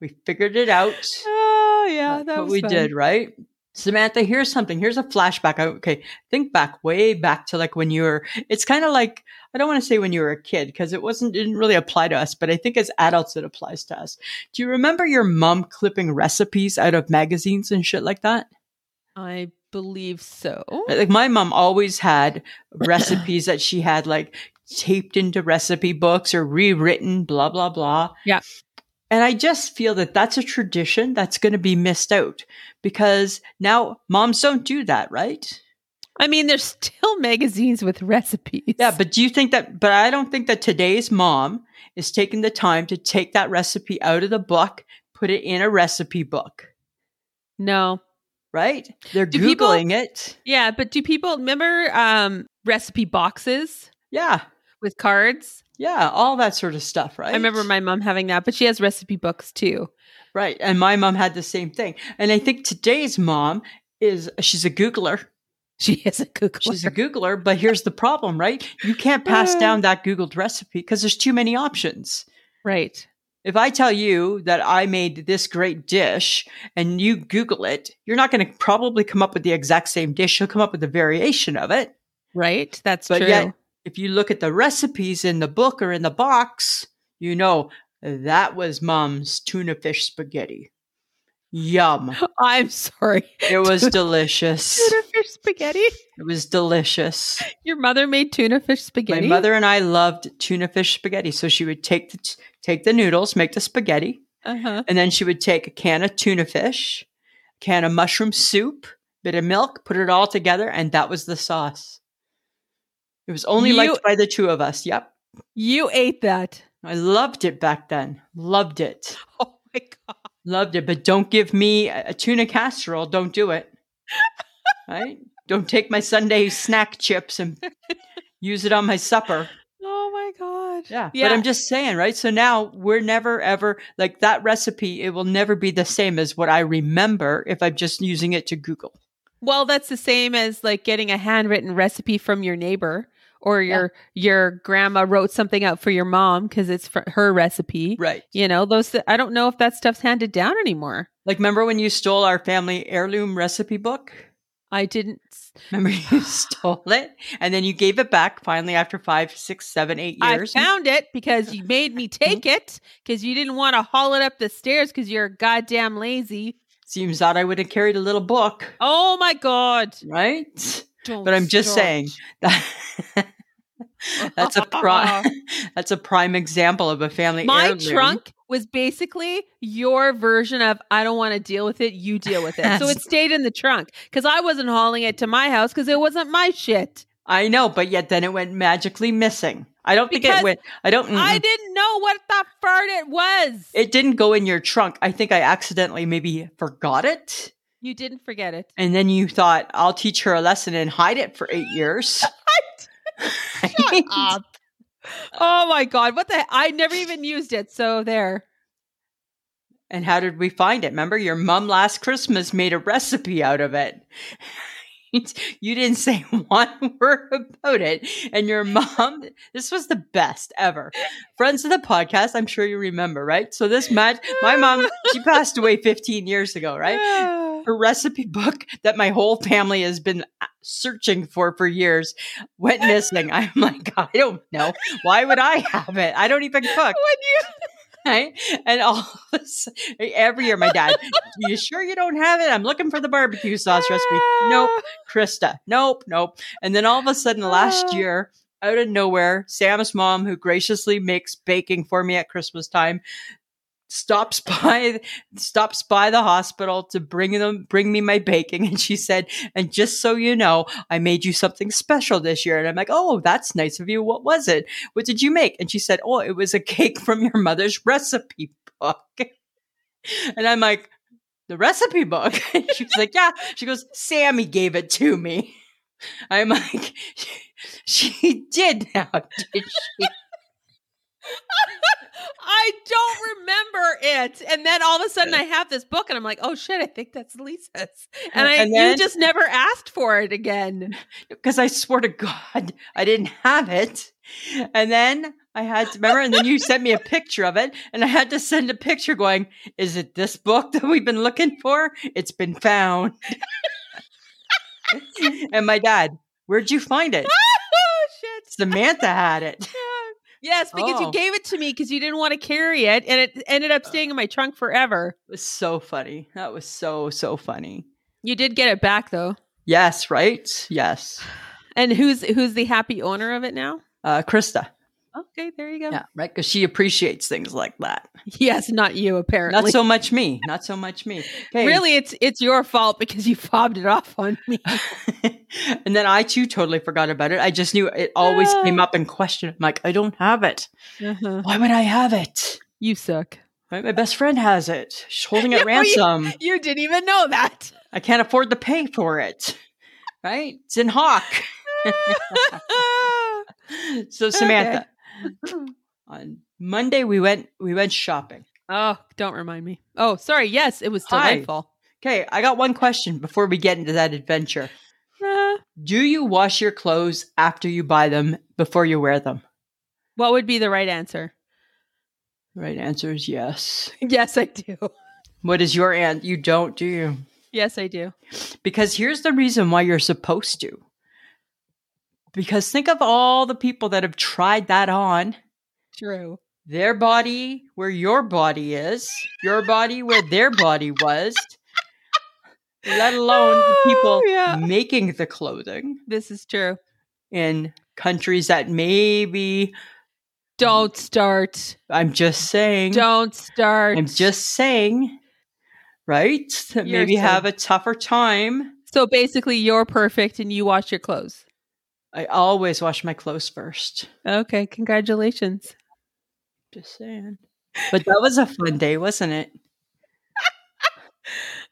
Speaker 1: We figured it out.
Speaker 2: Oh, yeah,
Speaker 1: That's
Speaker 2: that
Speaker 1: what
Speaker 2: was
Speaker 1: we
Speaker 2: fun.
Speaker 1: did, right? Samantha, here's something. Here's a flashback. I- Okay, think back, way back to like when you were. It's kind of like I don't want to say when you were a kid because it wasn't didn't really apply to us, but I think as adults it applies to us. Do you remember your mom clipping recipes out of magazines and shit like that?
Speaker 2: I believe so.
Speaker 1: Like my mom always had recipes that she had like taped into recipe books or rewritten, blah blah blah.
Speaker 2: Yeah.
Speaker 1: And I just feel that that's a tradition that's going to be missed out because now moms don't do that, right?
Speaker 2: I mean, there's still magazines with recipes.
Speaker 1: Yeah, but do you think that? But I don't think that today's mom is taking the time to take that recipe out of the book, put it in a recipe book,
Speaker 2: no.
Speaker 1: right? They're
Speaker 2: Do
Speaker 1: googling
Speaker 2: people-
Speaker 1: it.
Speaker 2: Yeah, but do people remember um recipe boxes
Speaker 1: Yeah,
Speaker 2: with cards?
Speaker 1: yeah, all that sort of stuff, right?
Speaker 2: I remember my mom having that, but she has recipe books too.
Speaker 1: Right. And my mom had the same thing. And I think today's mom is she's a Googler.
Speaker 2: She is a Google.
Speaker 1: She's a Googler, but here's the problem, right? You can't pass down that Googled recipe because there's too many options.
Speaker 2: right.
Speaker 1: If I tell you that I made this great dish and you Google it, you're not going to probably come up with the exact same dish. You'll come up with a variation of it.
Speaker 2: Right. That's
Speaker 1: But
Speaker 2: true.
Speaker 1: yet- If you look at the recipes in the book or in the box, you know that was mom's tuna fish spaghetti. Yum.
Speaker 2: I'm sorry.
Speaker 1: It was delicious.
Speaker 2: Tuna fish spaghetti.
Speaker 1: It was delicious.
Speaker 2: Your mother made tuna fish
Speaker 1: My
Speaker 2: spaghetti.
Speaker 1: mother and I loved tuna fish spaghetti. So she would take the t- take the noodles, make the spaghetti,
Speaker 2: Uh-huh.
Speaker 1: and then she would take a can of tuna fish, can of mushroom soup, bit of milk, put it all together, and that was the sauce. It was only
Speaker 2: You-
Speaker 1: liked by the two of us. Yep.
Speaker 2: You ate that.
Speaker 1: I loved it back then. Loved it.
Speaker 2: Oh my god.
Speaker 1: Loved it, but don't give me a a tuna casserole. Don't do it. right? Don't take my Sunday snack chips and use it on my supper.
Speaker 2: Oh my god.
Speaker 1: Yeah.
Speaker 2: Yeah.
Speaker 1: But I'm just saying, right? So now we're never ever like that recipe, it will never be the same as what I remember if I'm just using it to Google.
Speaker 2: Well, that's the same as like getting a handwritten recipe from your neighbor or
Speaker 1: Yeah.
Speaker 2: your your grandma wrote something out for your mom because it's for her recipe.
Speaker 1: Right.
Speaker 2: You know, those I don't know if that stuff's handed down anymore.
Speaker 1: Like remember when you stole our family heirloom recipe book?
Speaker 2: I didn't
Speaker 1: Remember you stole it and then you gave it back finally after five, six, seven, eight
Speaker 2: I
Speaker 1: years. Mm-hmm.
Speaker 2: found it because you made me take it because you didn't want to haul it up the stairs because you're goddamn lazy.
Speaker 1: Seems odd I would have carried a little book.
Speaker 2: Oh my god.
Speaker 1: Right?
Speaker 2: Don't
Speaker 1: But I'm just
Speaker 2: start.
Speaker 1: saying that that's a prime that's a prime example of a family
Speaker 2: My
Speaker 1: heirloom.
Speaker 2: trunk was basically your version of I don't want to deal with it, you deal with it. So it stayed in the trunk because I wasn't hauling it to my house because it wasn't my shit.
Speaker 1: I know, but yet then it went magically missing. I don't think
Speaker 2: Because
Speaker 1: it went. I don't.
Speaker 2: I
Speaker 1: mm-mm.
Speaker 2: didn't know what the fart it was.
Speaker 1: it didn't go in your trunk. I think I accidentally maybe forgot it,
Speaker 2: you didn't forget it.
Speaker 1: and then you thought I'll teach her a lesson and hide it for eight years.
Speaker 2: Shut up. Oh my god, what the I never even used it. So there.
Speaker 1: And how did we find it? Remember, your mom last Christmas made a recipe out of it. you didn't say one word about it. And your mom, this was the best ever. Friends of the podcast, I'm sure you remember, right? So this match, my mom, she passed away 15 years ago, right?
Speaker 2: right?
Speaker 1: her recipe book that my whole family has been uh, searching for for years went missing. I'm like, I don't know. Why would I have it? I don't even cook. Right? And all of a sudden- every year, my dad, you sure you don't have it? I'm looking for the barbecue sauce recipe. Nope. Krista, nope, nope. And then all of a sudden, last
Speaker 2: Ah.
Speaker 1: year, out of nowhere, Sam's mom, who graciously makes baking for me at Christmas time, stops by stops by the hospital to bring them bring me my baking and she said and just so you know i made you something special this year and i'm like oh that's nice of you what was it what did you make and she said oh it was a cake from your mother's recipe book and i'm like the recipe book and she was like yeah she goes sammy gave it to me i'm like she did now did she
Speaker 2: I don't remember it. And then all of a sudden I have this book and I'm like, oh shit, I think that's Lisa's. And I
Speaker 1: And then-
Speaker 2: you just never asked for it again.
Speaker 1: because I swear to God, I didn't have it. And then I had to remember, and then you sent me a picture of it, and I had to send a picture going, Is it this book that we've been looking for? It's been found. and my dad, Where'd you find it?
Speaker 2: oh shit.
Speaker 1: Samantha had it.
Speaker 2: Yes, because
Speaker 1: Oh.
Speaker 2: you gave it to me because you didn't want to carry it and it ended up staying in my trunk forever.
Speaker 1: It was so funny. That was so, so funny.
Speaker 2: You did get it back though.
Speaker 1: Yes, right? Yes.
Speaker 2: And who's who's the happy owner of it now?
Speaker 1: Uh, Krista.
Speaker 2: Okay, there you go.
Speaker 1: Yeah, right. Because she appreciates things like that.
Speaker 2: Yes, not you apparently.
Speaker 1: Not so much me. Not so much me. Okay.
Speaker 2: Really, it's it's your fault because you fobbed it off on me.
Speaker 1: and then I too totally forgot about it. I just knew it always
Speaker 2: Ah.
Speaker 1: came up in question. I'm like, I don't have it.
Speaker 2: Uh-huh.
Speaker 1: Why would I have it?
Speaker 2: You suck.
Speaker 1: Right? My best friend has it. She's holding it
Speaker 2: Yeah, well, you-
Speaker 1: ransom.
Speaker 2: You didn't even know that.
Speaker 1: I can't afford to pay for it. Right? It's in Hawk. So Samantha, on Monday we went we went shopping.
Speaker 2: Oh, don't remind me. Oh, sorry. Yes, it was
Speaker 1: Hi.
Speaker 2: delightful.
Speaker 1: Okay, I got one question before we get into that adventure.
Speaker 2: Uh,
Speaker 1: Do you wash your clothes after you buy them before you wear them?
Speaker 2: what would be the right answer?
Speaker 1: The right answer is yes.
Speaker 2: Yes, I do.
Speaker 1: What is your answer? You don't, do you?
Speaker 2: Yes, I do.
Speaker 1: Because here's the reason why you're supposed to. Because think of all the people that have tried that on
Speaker 2: True.
Speaker 1: their body where your body is, your body where their body was, let alone the people
Speaker 2: Oh, yeah.
Speaker 1: making the clothing
Speaker 2: This is true.
Speaker 1: in countries that maybe,
Speaker 2: Don't start.
Speaker 1: I'm just saying,
Speaker 2: Don't start.
Speaker 1: I'm just saying, right? That
Speaker 2: You're
Speaker 1: maybe
Speaker 2: so-
Speaker 1: have a tougher time.
Speaker 2: So basically, you're perfect and you wash your clothes.
Speaker 1: I always wash my clothes first.
Speaker 2: Okay, congratulations.
Speaker 1: Just saying. But that was a fun day, wasn't it?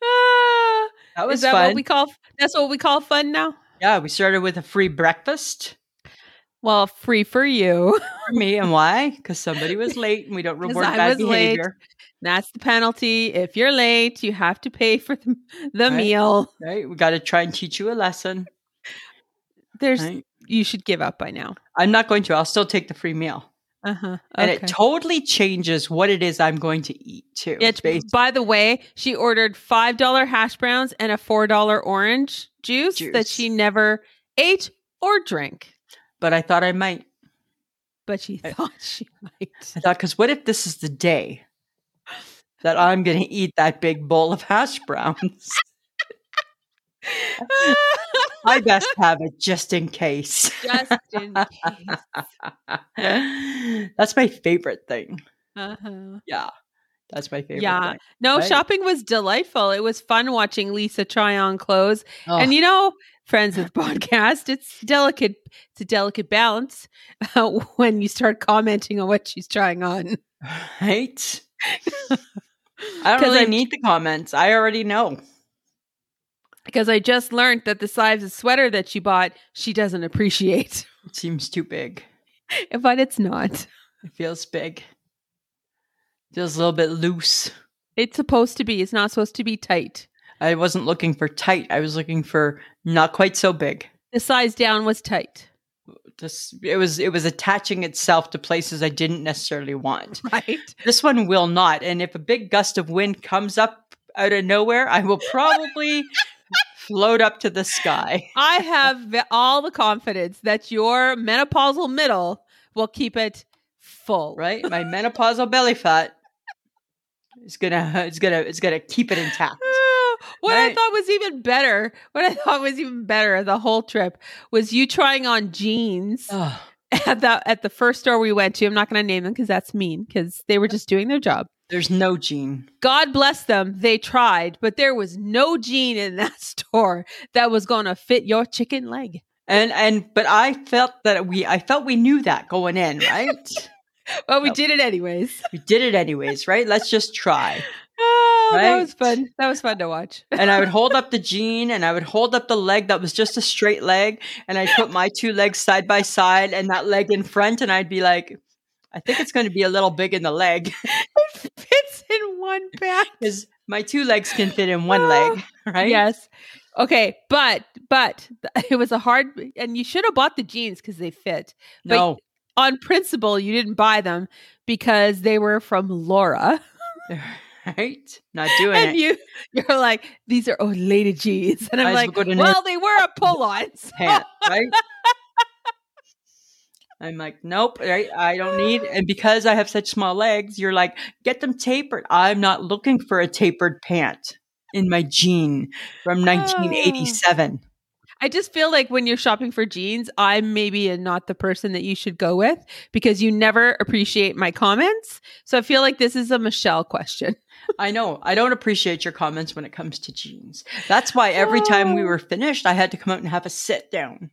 Speaker 2: Ah,
Speaker 1: That
Speaker 2: is
Speaker 1: was
Speaker 2: that
Speaker 1: fun.
Speaker 2: what we call? That's what we call fun now.
Speaker 1: yeah, we started with a free breakfast
Speaker 2: Well, free for you.
Speaker 1: for me, and why? Because somebody was late, and we don't
Speaker 2: 'Cause
Speaker 1: reward
Speaker 2: I
Speaker 1: bad
Speaker 2: was late.
Speaker 1: behavior,
Speaker 2: That's the penalty. If you're late, you have to pay for the, the
Speaker 1: Right.
Speaker 2: meal.
Speaker 1: right? We got to try and teach you a lesson.
Speaker 2: There's
Speaker 1: Right?
Speaker 2: you should give up by now.
Speaker 1: I'm not going to. I'll still take the free meal,
Speaker 2: Uh huh.
Speaker 1: and it totally changes what it is I'm going to eat too.
Speaker 2: It's,
Speaker 1: based
Speaker 2: by the way, she ordered five dollar hash browns and a four dollar orange juice, that
Speaker 1: Juice.
Speaker 2: she never ate or drank.
Speaker 1: but I thought I might.
Speaker 2: But she
Speaker 1: I-
Speaker 2: thought she might.
Speaker 1: I thought, because what if this is the day that I'm going to eat that big bowl of hash browns? I best have it just in case.
Speaker 2: Just in case.
Speaker 1: that's my favorite thing.
Speaker 2: Uh-huh.
Speaker 1: Yeah. That's my favorite
Speaker 2: Yeah.
Speaker 1: thing.
Speaker 2: No,
Speaker 1: Right.
Speaker 2: shopping was delightful. It was fun watching Lisa try on clothes.
Speaker 1: Oh,
Speaker 2: And you know, friends of the podcast, it's delicate. It's a delicate balance uh, when you start commenting on what she's trying on.
Speaker 1: right? I
Speaker 2: 'Cause
Speaker 1: don't really
Speaker 2: I'm-
Speaker 1: need the comments. I already know.
Speaker 2: Because I just learned that the size of sweater that she bought, she doesn't appreciate.
Speaker 1: It seems too big.
Speaker 2: but it's not.
Speaker 1: It feels big. Feels a little bit loose.
Speaker 2: It's supposed to be. It's not supposed to be tight.
Speaker 1: I wasn't looking for tight. I was looking for not quite so big.
Speaker 2: The size down was tight.
Speaker 1: This it was it was attaching itself to places I didn't necessarily want.
Speaker 2: Right?
Speaker 1: This one will not. And if a big gust of wind comes up out of nowhere, I will probably float up to the sky.
Speaker 2: I have ve- all the confidence that your menopausal middle will keep it full.
Speaker 1: Right? My menopausal belly fat is gonna it's gonna it's gonna keep it intact.
Speaker 2: Ah, What I
Speaker 1: Right.
Speaker 2: thought was even better, what I thought was even better the whole trip was you trying on jeans
Speaker 1: Oh,
Speaker 2: at the at the first store we went to. I'm not going to name them because that's mean because they were just doing their job.
Speaker 1: There's no gene.
Speaker 2: God bless them. They tried, but there was no gene in that store that was going to fit your chicken leg.
Speaker 1: And and but I felt that we I felt we knew that going in, right?
Speaker 2: Well, we
Speaker 1: Nope.
Speaker 2: did it anyways.
Speaker 1: we did it anyways, right? Let's just try.
Speaker 2: Oh, that
Speaker 1: Right.
Speaker 2: was fun. That was fun to watch.
Speaker 1: And I would hold up the jean and I would hold up the leg that was just a straight leg and I put my two legs side by side and that leg in front and I'd be like I think it's going to be a little big in the leg
Speaker 2: It fits in one pack.
Speaker 1: cuz my two legs can fit in one leg, right?
Speaker 2: Yes. Okay, but but it was a hard and you should have bought the jeans cuz they fit. but-
Speaker 1: No.
Speaker 2: On principle, you didn't buy them because they were from Laura.
Speaker 1: right? Not doing
Speaker 2: and
Speaker 1: it.
Speaker 2: you you're like these are old lady jeans and i'm
Speaker 1: Might as well
Speaker 2: like
Speaker 1: go to Nan-
Speaker 2: well they were a pull-on so
Speaker 1: pant, right? I'm like, nope, right? I don't need. And because I have such small legs, you're like, get them tapered. I'm not looking for a tapered pant in my jean from
Speaker 2: Oh.
Speaker 1: 1987.
Speaker 2: i just feel like when you're shopping for jeans i'm maybe not the person that you should go with because you never appreciate my comments so i feel like this is a michelle question
Speaker 1: I know. I don't appreciate your comments when it comes to jeans. That's why every time we
Speaker 2: Oh.
Speaker 1: were finished, I had to come out and have a sit down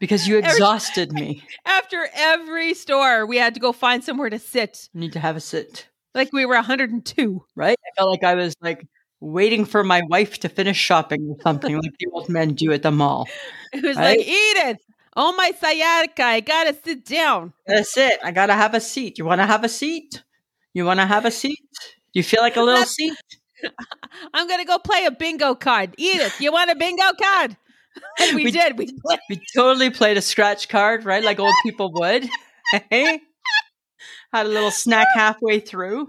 Speaker 1: because you
Speaker 2: Every-
Speaker 1: exhausted me.
Speaker 2: after every store we had to go find somewhere to sit
Speaker 1: I need to have a sit.
Speaker 2: like we were 102
Speaker 1: right? I felt like I was like waiting for my wife to finish shopping or something like the old men do at the mall.
Speaker 2: it was
Speaker 1: Right?
Speaker 2: like edith oh my sciatica i gotta sit down
Speaker 1: That's it. I gotta have a seat. You wanna have a seat? You wanna have a seat? You feel like a little
Speaker 2: That's-
Speaker 1: seat?
Speaker 2: i'm gonna go play a bingo card edith you want a bingo card and we,
Speaker 1: We-
Speaker 2: did we played
Speaker 1: We totally played a scratch card, right? Like old people would. Hey? Had a little snack halfway through. It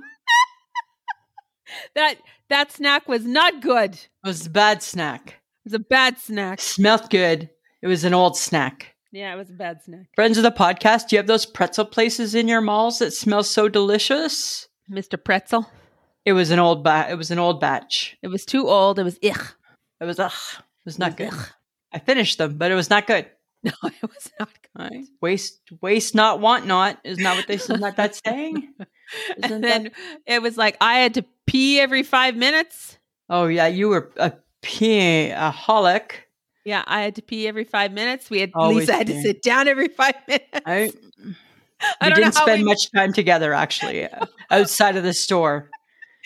Speaker 2: that that snack was not good. It
Speaker 1: was a bad snack.
Speaker 2: was a bad snack.
Speaker 1: Smelled good. It was an old snack.
Speaker 2: Yeah, it was a bad snack.
Speaker 1: Friends of the podcast, do you have those pretzel places in your malls that smell so delicious?
Speaker 2: Mr. Pretzel.
Speaker 1: It was an old ba- it was an old batch.
Speaker 2: It was too old. It was ich.
Speaker 1: It was ugh. It was not good.
Speaker 2: Ugh.
Speaker 1: I finished them, but it was not good.
Speaker 2: No, it was not good.
Speaker 1: All right. Waste, waste not, want not. Is not what they said. Not that saying. Isn't
Speaker 2: And
Speaker 1: that-
Speaker 2: then it was like I had to pee every five minutes.
Speaker 1: oh yeah, you were a peeaholic.
Speaker 2: Yeah, I had to pee every five minutes. We had
Speaker 1: Always
Speaker 2: Lisa had to
Speaker 1: pee.
Speaker 2: sit down every five minutes.
Speaker 1: I,
Speaker 2: I
Speaker 1: we
Speaker 2: don't know
Speaker 1: didn't
Speaker 2: how
Speaker 1: spend
Speaker 2: we-
Speaker 1: much time together actually uh, outside of the store.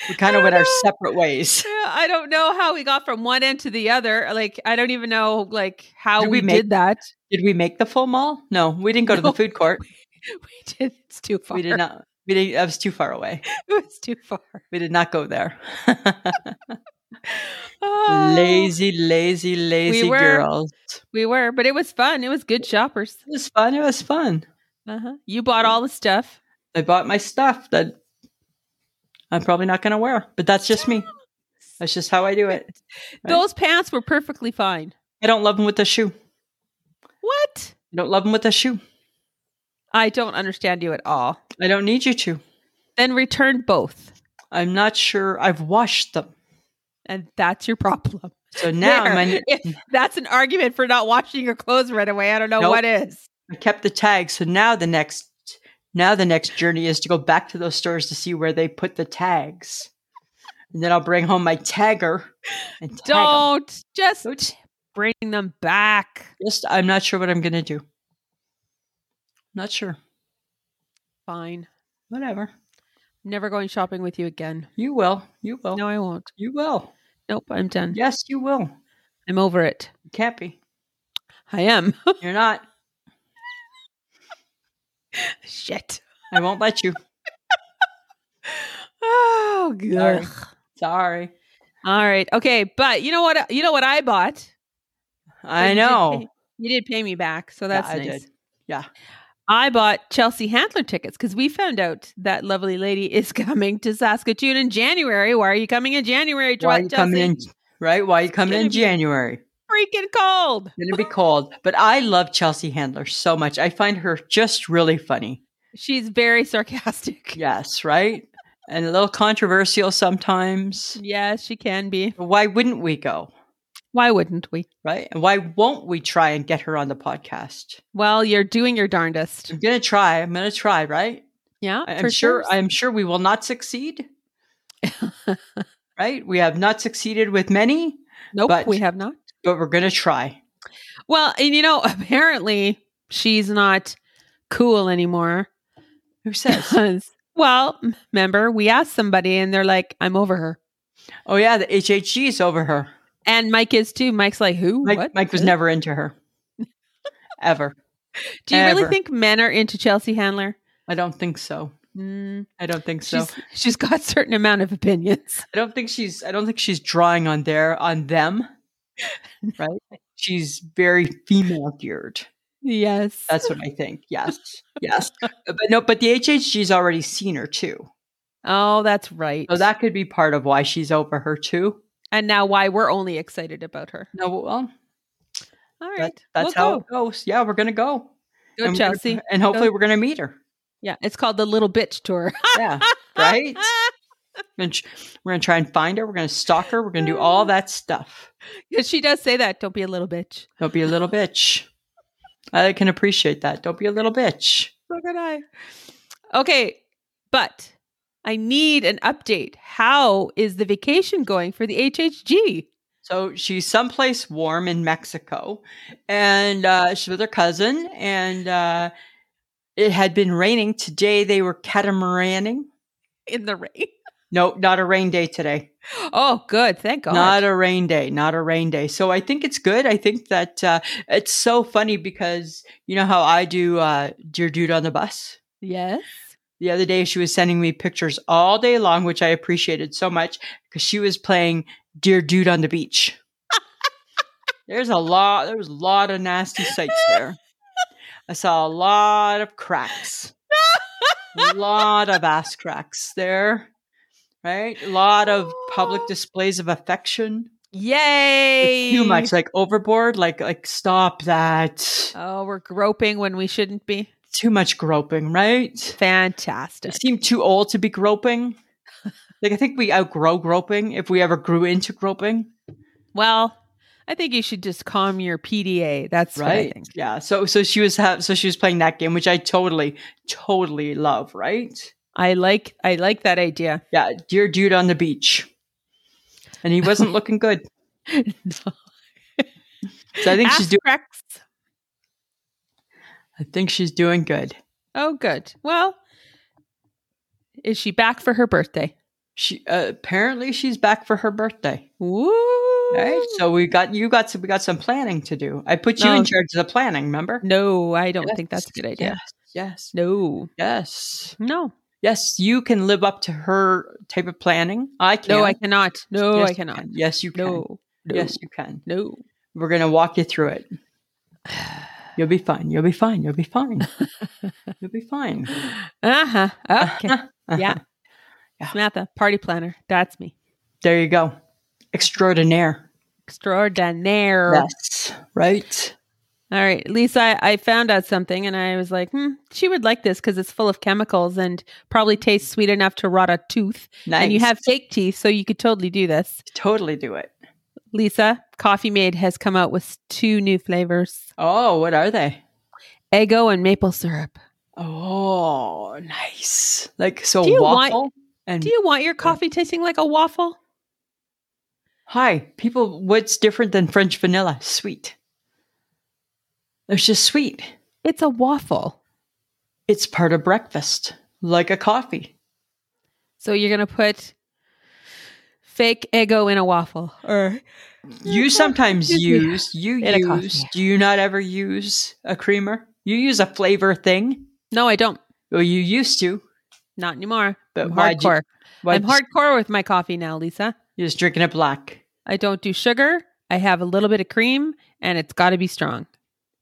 Speaker 1: We kind of
Speaker 2: don't
Speaker 1: went our
Speaker 2: know.
Speaker 1: separate ways.
Speaker 2: Yeah, I don't know how we got from one end to the other. Like I don't even know like how
Speaker 1: Did we
Speaker 2: we,
Speaker 1: make-
Speaker 2: did that.
Speaker 1: Did we make the full mall? No, we didn't go to
Speaker 2: No.
Speaker 1: the food court.
Speaker 2: We did. It's too far.
Speaker 1: We did not. We didn't. That was too far away.
Speaker 2: It was too far.
Speaker 1: We did not go there.
Speaker 2: Oh.
Speaker 1: lazy, lazy, lazy
Speaker 2: were-
Speaker 1: girls.
Speaker 2: We were, but it was fun. It was good shoppers.
Speaker 1: It was fun. It was fun.
Speaker 2: Uh-huh. You bought all the stuff.
Speaker 1: I bought my stuff that I'm probably not going to wear, but that's just me. That's just how I do it. Right.
Speaker 2: Those pants were perfectly fine.
Speaker 1: I don't love them with a shoe.
Speaker 2: What?
Speaker 1: I don't love them with a shoe.
Speaker 2: I don't understand you at all.
Speaker 1: I don't need you to.
Speaker 2: Then return both.
Speaker 1: I'm not sure. I've washed them.
Speaker 2: And that's your problem.
Speaker 1: So now
Speaker 2: There.
Speaker 1: I'm on-
Speaker 2: If that's an argument for not washing your clothes right away. I don't know
Speaker 1: Nope.
Speaker 2: what is.
Speaker 1: I kept the tag. So now the next now the next journey is to go back to those stores to see where they put the tags. And then I'll bring home my tagger and tag 'em.
Speaker 2: Don't just
Speaker 1: Don't.
Speaker 2: bring them back.
Speaker 1: Just I'm not sure what I'm going to do. Not sure.
Speaker 2: Fine.
Speaker 1: Whatever.
Speaker 2: Never going shopping with you again.
Speaker 1: You will. You will.
Speaker 2: No, I won't.
Speaker 1: You will.
Speaker 2: Nope, I'm done.
Speaker 1: Yes, you will.
Speaker 2: I'm over it.
Speaker 1: You can't be.
Speaker 2: I am.
Speaker 1: You're not.
Speaker 2: Shit.
Speaker 1: I won't let you.
Speaker 2: Oh,
Speaker 1: Sorry.
Speaker 2: good.
Speaker 1: Sorry.
Speaker 2: All right. Okay, but you know what you know what I bought?
Speaker 1: I
Speaker 2: you did
Speaker 1: know.
Speaker 2: pay- You did pay me back, so that's
Speaker 1: Yeah, I
Speaker 2: nice.
Speaker 1: did. Yeah.
Speaker 2: I bought Chelsea Handler tickets because we found out that lovely lady is coming to Saskatoon in January. Why are you coming in January,
Speaker 1: Why you
Speaker 2: Chelsea?
Speaker 1: coming in? Right? Why you coming
Speaker 2: gonna
Speaker 1: in
Speaker 2: be-
Speaker 1: January?
Speaker 2: Freaking cold.
Speaker 1: Gonna be cold. But I love Chelsea Handler so much. I find her just really funny.
Speaker 2: She's very sarcastic.
Speaker 1: Yes, right? And a little controversial sometimes.
Speaker 2: Yes, she can be.
Speaker 1: Why wouldn't we go?
Speaker 2: Why wouldn't we?
Speaker 1: Right? And why won't we try and get her on the podcast?
Speaker 2: Well, you're doing your darndest.
Speaker 1: I'm gonna try. I'm gonna try, right?
Speaker 2: Yeah,
Speaker 1: Mm. I- I'm
Speaker 2: for
Speaker 1: sure.
Speaker 2: sure.
Speaker 1: I'm sure we will not succeed. right? We have not succeeded with many,
Speaker 2: nope,
Speaker 1: but-
Speaker 2: we have not.
Speaker 1: but we're going to try.
Speaker 2: Well, and you know, apparently she's not cool anymore.
Speaker 1: Who says?
Speaker 2: Because, well, m- remember, we asked somebody and they're like, I'm over her.
Speaker 1: oh yeah, the HHG is over her.
Speaker 2: And Mike is too. Mike's like, who?
Speaker 1: Mike,
Speaker 2: what?
Speaker 1: Mike was
Speaker 2: Huh?
Speaker 1: never into her, ever.
Speaker 2: Do you
Speaker 1: ever.
Speaker 2: really think men are into Chelsea Handler?
Speaker 1: I don't think so.
Speaker 2: Mm,
Speaker 1: I don't think so.
Speaker 2: she's, she's got certain amount of opinions.
Speaker 1: I don't think she's. I don't think she's drawing on their on them. Right? she's very female geared.
Speaker 2: Yes.
Speaker 1: That's what I think. Yes, yes. But no, but the HHG's already seen her too,
Speaker 2: oh, that's right.
Speaker 1: so that could be part of why she's over her too.
Speaker 2: and now why we're only excited about her.
Speaker 1: No, well,
Speaker 2: All
Speaker 1: that-
Speaker 2: right.
Speaker 1: that's
Speaker 2: we'll
Speaker 1: how it goes. Yeah, we're gonna go.
Speaker 2: go. Go,
Speaker 1: And we're gonna-
Speaker 2: Chelsea.
Speaker 1: and hopefully we're gonna meet her.
Speaker 2: Yeah, it's called the Little Bitch Tour.
Speaker 1: Yeah, right. And sh- we're gonna try and find her. We're gonna stalk her. We're gonna do all that stuff.
Speaker 2: Because she does say that. Don't be a little bitch.
Speaker 1: Don't be a little bitch. I can appreciate that. Don't be a little bitch.
Speaker 2: So can I. Okay, but I need an update. How is the vacation going for the HHG?
Speaker 1: So she's someplace warm in Mexico, and uh, she's with her cousin. And uh, it had been raining today. They were catamaraning.
Speaker 2: In the rain.
Speaker 1: No, not a rain day today.
Speaker 2: Oh, good. Thank God.
Speaker 1: Not a rain day. Not a rain day. So I think it's good. I think that uh, it's so funny because you know how I do uh, dear dude on the bus.
Speaker 2: yes.
Speaker 1: The other day, she was sending me pictures all day long, which I appreciated so much because she was playing Dear Dude on the Beach. There's a lot, there was a lot of nasty sights there. I saw a lot of cracks, a lot of ass cracks there, right? A lot of public displays of affection.
Speaker 2: Yay.
Speaker 1: It's too much, like overboard, like, like stop that.
Speaker 2: Oh, we're groping when we shouldn't be.
Speaker 1: Too much groping, right? We
Speaker 2: Fantastic.
Speaker 1: seem too old to be groping. Like I think we outgrow groping if we ever grew into groping,
Speaker 2: Well, I think you should just calm your PDA. That's right. What I
Speaker 1: right?
Speaker 2: think.
Speaker 1: Yeah. So so she was ha- so she was playing that game, which I totally totally love, right?
Speaker 2: I like I like that idea.
Speaker 1: Yeah, dear dude on the beach, and he wasn't looking good. So I think she's
Speaker 2: Ask
Speaker 1: doing.
Speaker 2: Rex.
Speaker 1: I think she's doing good.
Speaker 2: Oh, good. Well, is she back for her birthday?
Speaker 1: She uh, apparently she's back for her birthday.
Speaker 2: Woo!
Speaker 1: Right.
Speaker 2: Ah.
Speaker 1: So we got you got some we got some planning to do. I put you
Speaker 2: No.
Speaker 1: in charge of the planning. Remember?
Speaker 2: no, I don't think
Speaker 1: Yes,
Speaker 2: that's a good idea.
Speaker 1: Yes. Yes.
Speaker 2: No,
Speaker 1: Yes.
Speaker 2: no,
Speaker 1: Yes, you can live up to her type of planning. I can.
Speaker 2: no, I cannot. No,
Speaker 1: Yes,
Speaker 2: I
Speaker 1: you
Speaker 2: cannot.
Speaker 1: can. Yes, you can.
Speaker 2: No, no,
Speaker 1: Yes, you can.
Speaker 2: no.
Speaker 1: We're going to walk you through it. You'll be fine. You'll be fine. You'll be fine. You'll be fine.
Speaker 2: Uh huh. Okay. Yeah.
Speaker 1: Uh-huh. Yeah.
Speaker 2: Samantha, party planner. That's me.
Speaker 1: There you go. Extraordinaire.
Speaker 2: Extraordinaire.
Speaker 1: Yes. Right?
Speaker 2: All right, Lisa, I, I found out something and I was like, hmm, she would like this because it's full of chemicals and probably tastes sweet enough to rot a tooth.
Speaker 1: Nice.
Speaker 2: And you have fake teeth, so you could totally do this.
Speaker 1: totally do it.
Speaker 2: Lisa, Coffee Maid has come out with two new flavors
Speaker 1: Oh, what are they?
Speaker 2: Eggo and maple syrup.
Speaker 1: Oh, nice. Like, so
Speaker 2: Do you want-
Speaker 1: waffle and
Speaker 2: Do you want your coffee tasting like a waffle?
Speaker 1: Hi, people. What's different than French vanilla? Sweet. It's just sweet.
Speaker 2: It's a waffle.
Speaker 1: It's part of breakfast, like a coffee.
Speaker 2: So you're going to put fake Eggo in a waffle. Or
Speaker 1: You
Speaker 2: Okay.
Speaker 1: sometimes
Speaker 2: Excuse me.
Speaker 1: use, you
Speaker 2: In a coffee.
Speaker 1: use, do you not ever use a creamer? You use a flavor thing.
Speaker 2: No, I don't.
Speaker 1: Well, you used to.
Speaker 2: Not anymore.
Speaker 1: But
Speaker 2: I'm
Speaker 1: why'd you-
Speaker 2: hardcore.
Speaker 1: Why
Speaker 2: I'm hardcore with my coffee now, Lisa.
Speaker 1: You're just drinking it black.
Speaker 2: I don't do sugar. I have a little bit of cream and it's got to be strong.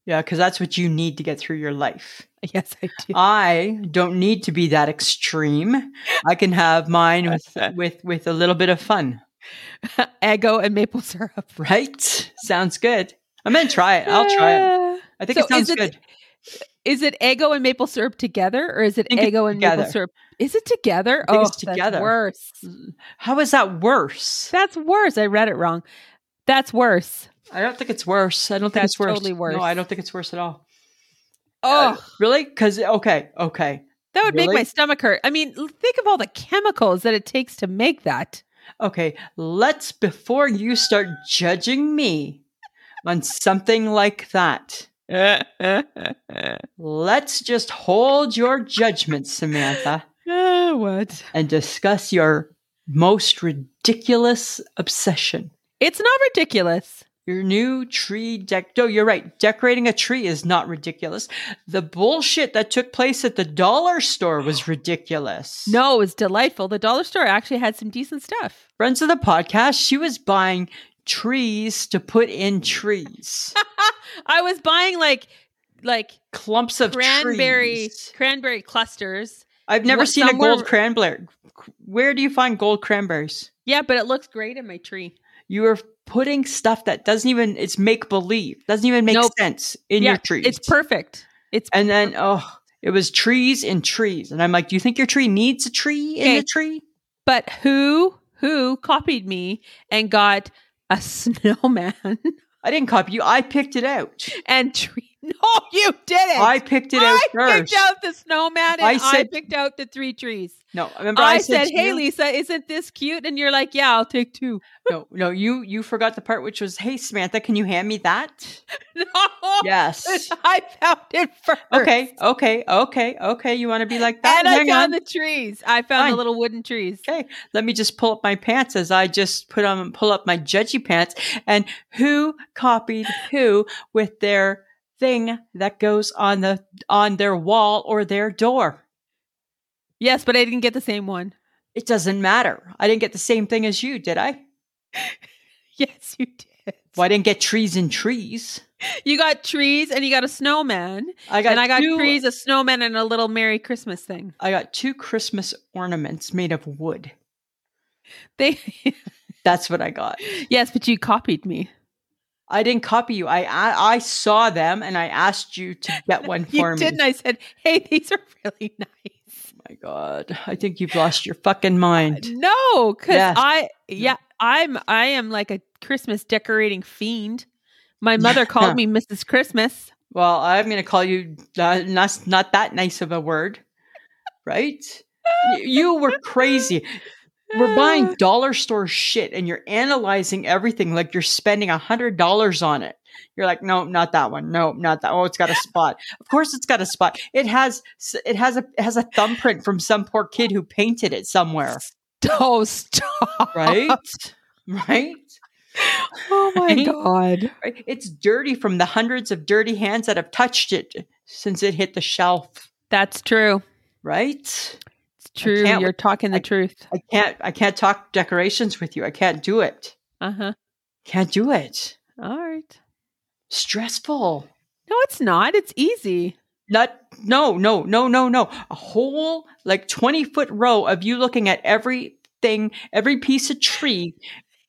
Speaker 1: Yeah, because that's what you need to get through your life.
Speaker 2: Yes, I do.
Speaker 1: I don't need to be that extreme. I can have mine with,
Speaker 2: Yes.
Speaker 1: with, with a little bit of fun,
Speaker 2: Eggo and maple syrup.
Speaker 1: right? Sounds good. I'm going to try it. I'll try it.
Speaker 2: Uh,
Speaker 1: I think
Speaker 2: So
Speaker 1: it sounds
Speaker 2: is it-
Speaker 1: good.
Speaker 2: Is it Eggo and maple syrup together or is it
Speaker 1: think it's
Speaker 2: Eggo and maple
Speaker 1: together.
Speaker 2: syrup? Is it together?
Speaker 1: I think
Speaker 2: oh,
Speaker 1: it's together.
Speaker 2: That's worse.
Speaker 1: How is that worse?
Speaker 2: That's worse. I read it wrong. That's worse.
Speaker 1: I don't think it's worse. I don't think
Speaker 2: That's
Speaker 1: it's worse.
Speaker 2: totally worse.
Speaker 1: No, I don't think it's worse at all.
Speaker 2: Oh,
Speaker 1: Really? Because okay, okay.
Speaker 2: That would make
Speaker 1: Uh, Really?
Speaker 2: my stomach hurt. I mean, l- think of all the chemicals that it takes to make that.
Speaker 1: Okay, let's before you start judging me on something like that.
Speaker 2: Ah,
Speaker 1: Let's just hold your judgment, Samantha,
Speaker 2: Ah, what?
Speaker 1: and discuss your most ridiculous obsession.
Speaker 2: It's not ridiculous.
Speaker 1: Your new tree deck. No, you're right. Decorating a tree is not ridiculous. The bullshit that took place at the dollar store was ridiculous.
Speaker 2: No, it was delightful. The dollar store actually had some decent stuff.
Speaker 1: Friends of the podcast, she was buying trees to put in trees.
Speaker 2: I was buying like like
Speaker 1: Clumps of
Speaker 2: cranberry
Speaker 1: trees.
Speaker 2: cranberry clusters.
Speaker 1: I've never
Speaker 2: What-
Speaker 1: seen a
Speaker 2: somewhere-
Speaker 1: gold cranberry. Where do you find gold cranberries?
Speaker 2: Yeah, but it looks great in my tree.
Speaker 1: You are putting stuff that doesn't even it's make believe. Doesn't even make
Speaker 2: Nope.
Speaker 1: sense in
Speaker 2: yeah,
Speaker 1: your trees.
Speaker 2: It's perfect. It's
Speaker 1: and then oh, it was trees and trees. And I'm like, do you think your tree needs a tree in
Speaker 2: Okay.
Speaker 1: the tree?
Speaker 2: but who who copied me and got a snowman
Speaker 1: I didn't copy you. I picked it out.
Speaker 2: and tree? No, you didn't.
Speaker 1: I picked it out
Speaker 2: I
Speaker 1: first.
Speaker 2: picked out the snowman and
Speaker 1: I
Speaker 2: I,
Speaker 1: said-
Speaker 2: picked out the three trees.
Speaker 1: no, remember I,
Speaker 2: I, said,
Speaker 1: to
Speaker 2: "Hey,
Speaker 1: you-
Speaker 2: Lisa, isn't this cute?" And you're like, "Yeah, I'll take two.
Speaker 1: No, no, you you forgot the part which was, hey Samantha, can you hand me that?
Speaker 2: no,
Speaker 1: Yes.
Speaker 2: I found it first.
Speaker 1: okay, okay, okay, okay. You want to be like that?
Speaker 2: and I
Speaker 1: Hang on.
Speaker 2: found the trees. I found
Speaker 1: Fine.
Speaker 2: the little wooden trees.
Speaker 1: okay let me just pull up my pants as i just put on pull up my judgy pants and who copied who with their thing that goes on the on their wall or their door
Speaker 2: Yes, but I didn't get the same one.
Speaker 1: it doesn't matter i didn't get the same thing as you did i
Speaker 2: Yes, you did.
Speaker 1: well i didn't get trees and trees
Speaker 2: You got trees and you got a snowman,
Speaker 1: i got
Speaker 2: and I got
Speaker 1: two,
Speaker 2: trees, a snowman, and a little Merry Christmas thing.
Speaker 1: i got two christmas ornaments made of wood
Speaker 2: They
Speaker 1: that's what i got
Speaker 2: yes, but you copied me.
Speaker 1: i didn't copy you i i, I saw them and i asked you to get one
Speaker 2: You
Speaker 1: for me
Speaker 2: didn't. I said, "Hey, these are really nice."
Speaker 1: my god i think you've lost your fucking mind
Speaker 2: No, because
Speaker 1: Yes.
Speaker 2: I yeah, I'm I am like a Christmas decorating fiend. My mother called me Mrs. Christmas.
Speaker 1: Well, I'm going to call you uh, not, not that nice of a word, right? Y- you were crazy. We're buying dollar store shit and you're analyzing everything like you're spending a $100 on it. You're like, no, not that one. No, not that. Oh, it's got a spot. Of course, it's got a spot. It has, s- it has a, it has a thumbprint from some poor kid who painted it somewhere,
Speaker 2: Oh stop!
Speaker 1: right? right?
Speaker 2: Oh my
Speaker 1: Right?
Speaker 2: god!
Speaker 1: Right? It's dirty from the hundreds of dirty hands that have touched it since it hit the shelf.
Speaker 2: That's true.
Speaker 1: right
Speaker 2: It's true.
Speaker 1: can't-
Speaker 2: You're talking the
Speaker 1: I-
Speaker 2: truth.
Speaker 1: i can't i can't talk decorations with you i can't do it
Speaker 2: Uh huh.
Speaker 1: can't do it
Speaker 2: All right.
Speaker 1: stressful
Speaker 2: No, it's not. It's easy.
Speaker 1: not no no no no no a whole like 20 foot row of you looking at everything every piece of tree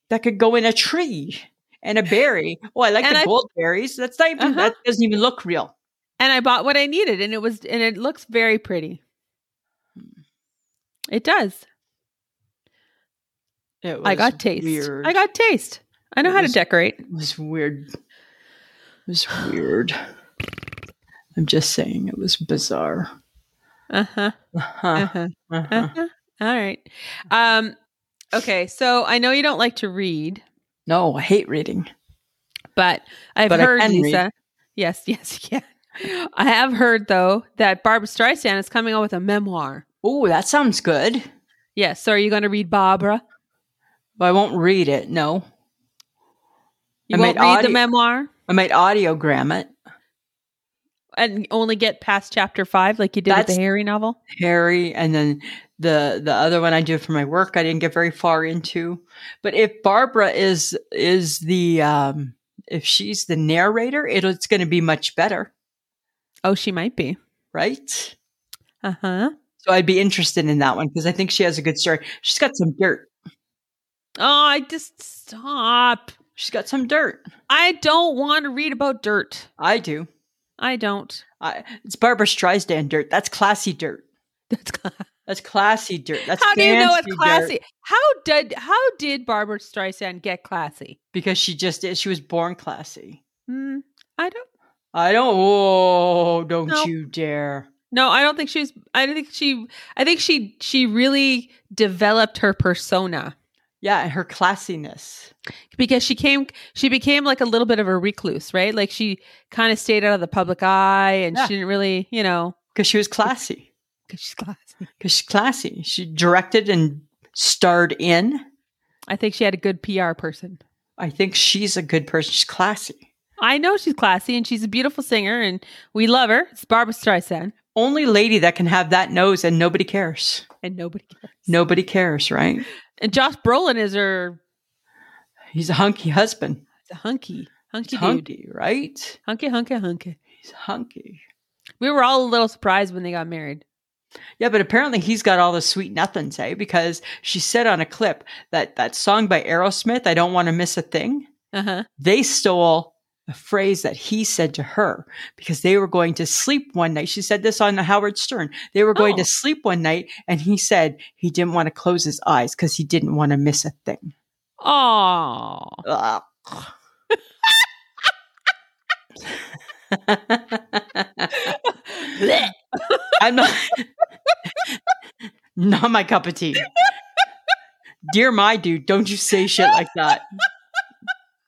Speaker 1: that could go in a tree and a berry oh i like
Speaker 2: And
Speaker 1: the
Speaker 2: I-
Speaker 1: gold berries that's not even
Speaker 2: Uh-huh.
Speaker 1: that doesn't even look real
Speaker 2: And I bought what I needed, and it was and it looks very pretty. Hmm. It does.
Speaker 1: it
Speaker 2: I
Speaker 1: was
Speaker 2: got taste.
Speaker 1: weird.
Speaker 2: I got taste. I know
Speaker 1: It
Speaker 2: how
Speaker 1: was-
Speaker 2: to decorate.
Speaker 1: it was weird it was weird i'm just saying it was bizarre
Speaker 2: Uh huh. Uh
Speaker 1: Uh-huh.
Speaker 2: huh.
Speaker 1: Uh-huh.
Speaker 2: Uh-huh. All right. Um, okay. So I know you don't like to read,
Speaker 1: No, I hate reading.
Speaker 2: but I've
Speaker 1: But I
Speaker 2: heard,
Speaker 1: can read.
Speaker 2: Lisa. Yes, yes, you can. I have heard, though, that Barbara Streisand is coming out with a memoir.
Speaker 1: Oh, that sounds good.
Speaker 2: Yes. So are you going to read Barbara?
Speaker 1: But I won't read it. No,
Speaker 2: You
Speaker 1: I
Speaker 2: won't
Speaker 1: might
Speaker 2: read
Speaker 1: audi-
Speaker 2: the memoir
Speaker 1: I might audiogram it.
Speaker 2: and only get past chapter five like you did with
Speaker 1: That's-
Speaker 2: the Harry novel?
Speaker 1: Harry, and then the the other one I did for my work. I didn't get very far into. But if Barbara is is the um, if she's the narrator, it, it's going to be much better,
Speaker 2: Oh, she might be.
Speaker 1: right?
Speaker 2: Uh huh.
Speaker 1: So I'd be interested in that one because I think she has a good story. She's got some dirt.
Speaker 2: Oh, I just stop.
Speaker 1: She's got some dirt.
Speaker 2: I don't want to read about dirt.
Speaker 1: I do.
Speaker 2: I don't.
Speaker 1: I, it's Barbara Streisand dirt. That's classy dirt.
Speaker 2: That's class.
Speaker 1: That's classy dirt. That's
Speaker 2: how do you know
Speaker 1: fancy
Speaker 2: it's
Speaker 1: dirt.
Speaker 2: classy? How did how did Barbara Streisand get classy?
Speaker 1: because she just is. She was born classy.
Speaker 2: Hmm, I don't.
Speaker 1: I don't. Oh, don't
Speaker 2: No.
Speaker 1: you dare!
Speaker 2: No, I don't think she was. I don't think she. I think she. She really developed her persona
Speaker 1: Yeah, and her classiness.
Speaker 2: because she came. She became like a little bit of a recluse, right? Like she kind of stayed out of the public eye, and
Speaker 1: Yeah.
Speaker 2: she didn't really, you know,
Speaker 1: Because she was classy.
Speaker 2: because she's classy.
Speaker 1: Because she's classy. She directed and starred in.
Speaker 2: I think she had a good PR person.
Speaker 1: I think she's a good person. She's classy.
Speaker 2: I know she's classy and she's a beautiful singer and we love her. It's Barbara Streisand
Speaker 1: Only lady that can have that nose and nobody cares.
Speaker 2: and nobody cares.
Speaker 1: Nobody cares, right?
Speaker 2: And Josh Brolin is her
Speaker 1: He's a hunky husband.
Speaker 2: the hunky, hunky
Speaker 1: He's
Speaker 2: dude.
Speaker 1: hunky, right?
Speaker 2: Hunky, hunky, hunky.
Speaker 1: He's hunky.
Speaker 2: We were all a little surprised when they got married.
Speaker 1: Yeah, but apparently he's got all the sweet nothings, eh? Because she said on a clip that that song by Aerosmith, I Don't Want to Miss a Thing,
Speaker 2: Uh huh.
Speaker 1: they stole a phrase that he said to her because they were going to sleep one night. She said this on Howard Stern. They were going
Speaker 2: Oh.
Speaker 1: to sleep one night, and he said he didn't want to close his eyes because he didn't want to miss a thing.
Speaker 2: Oh,
Speaker 1: Ugh. I'm not not my cup of tea. Dear my dude, don't you say shit like that.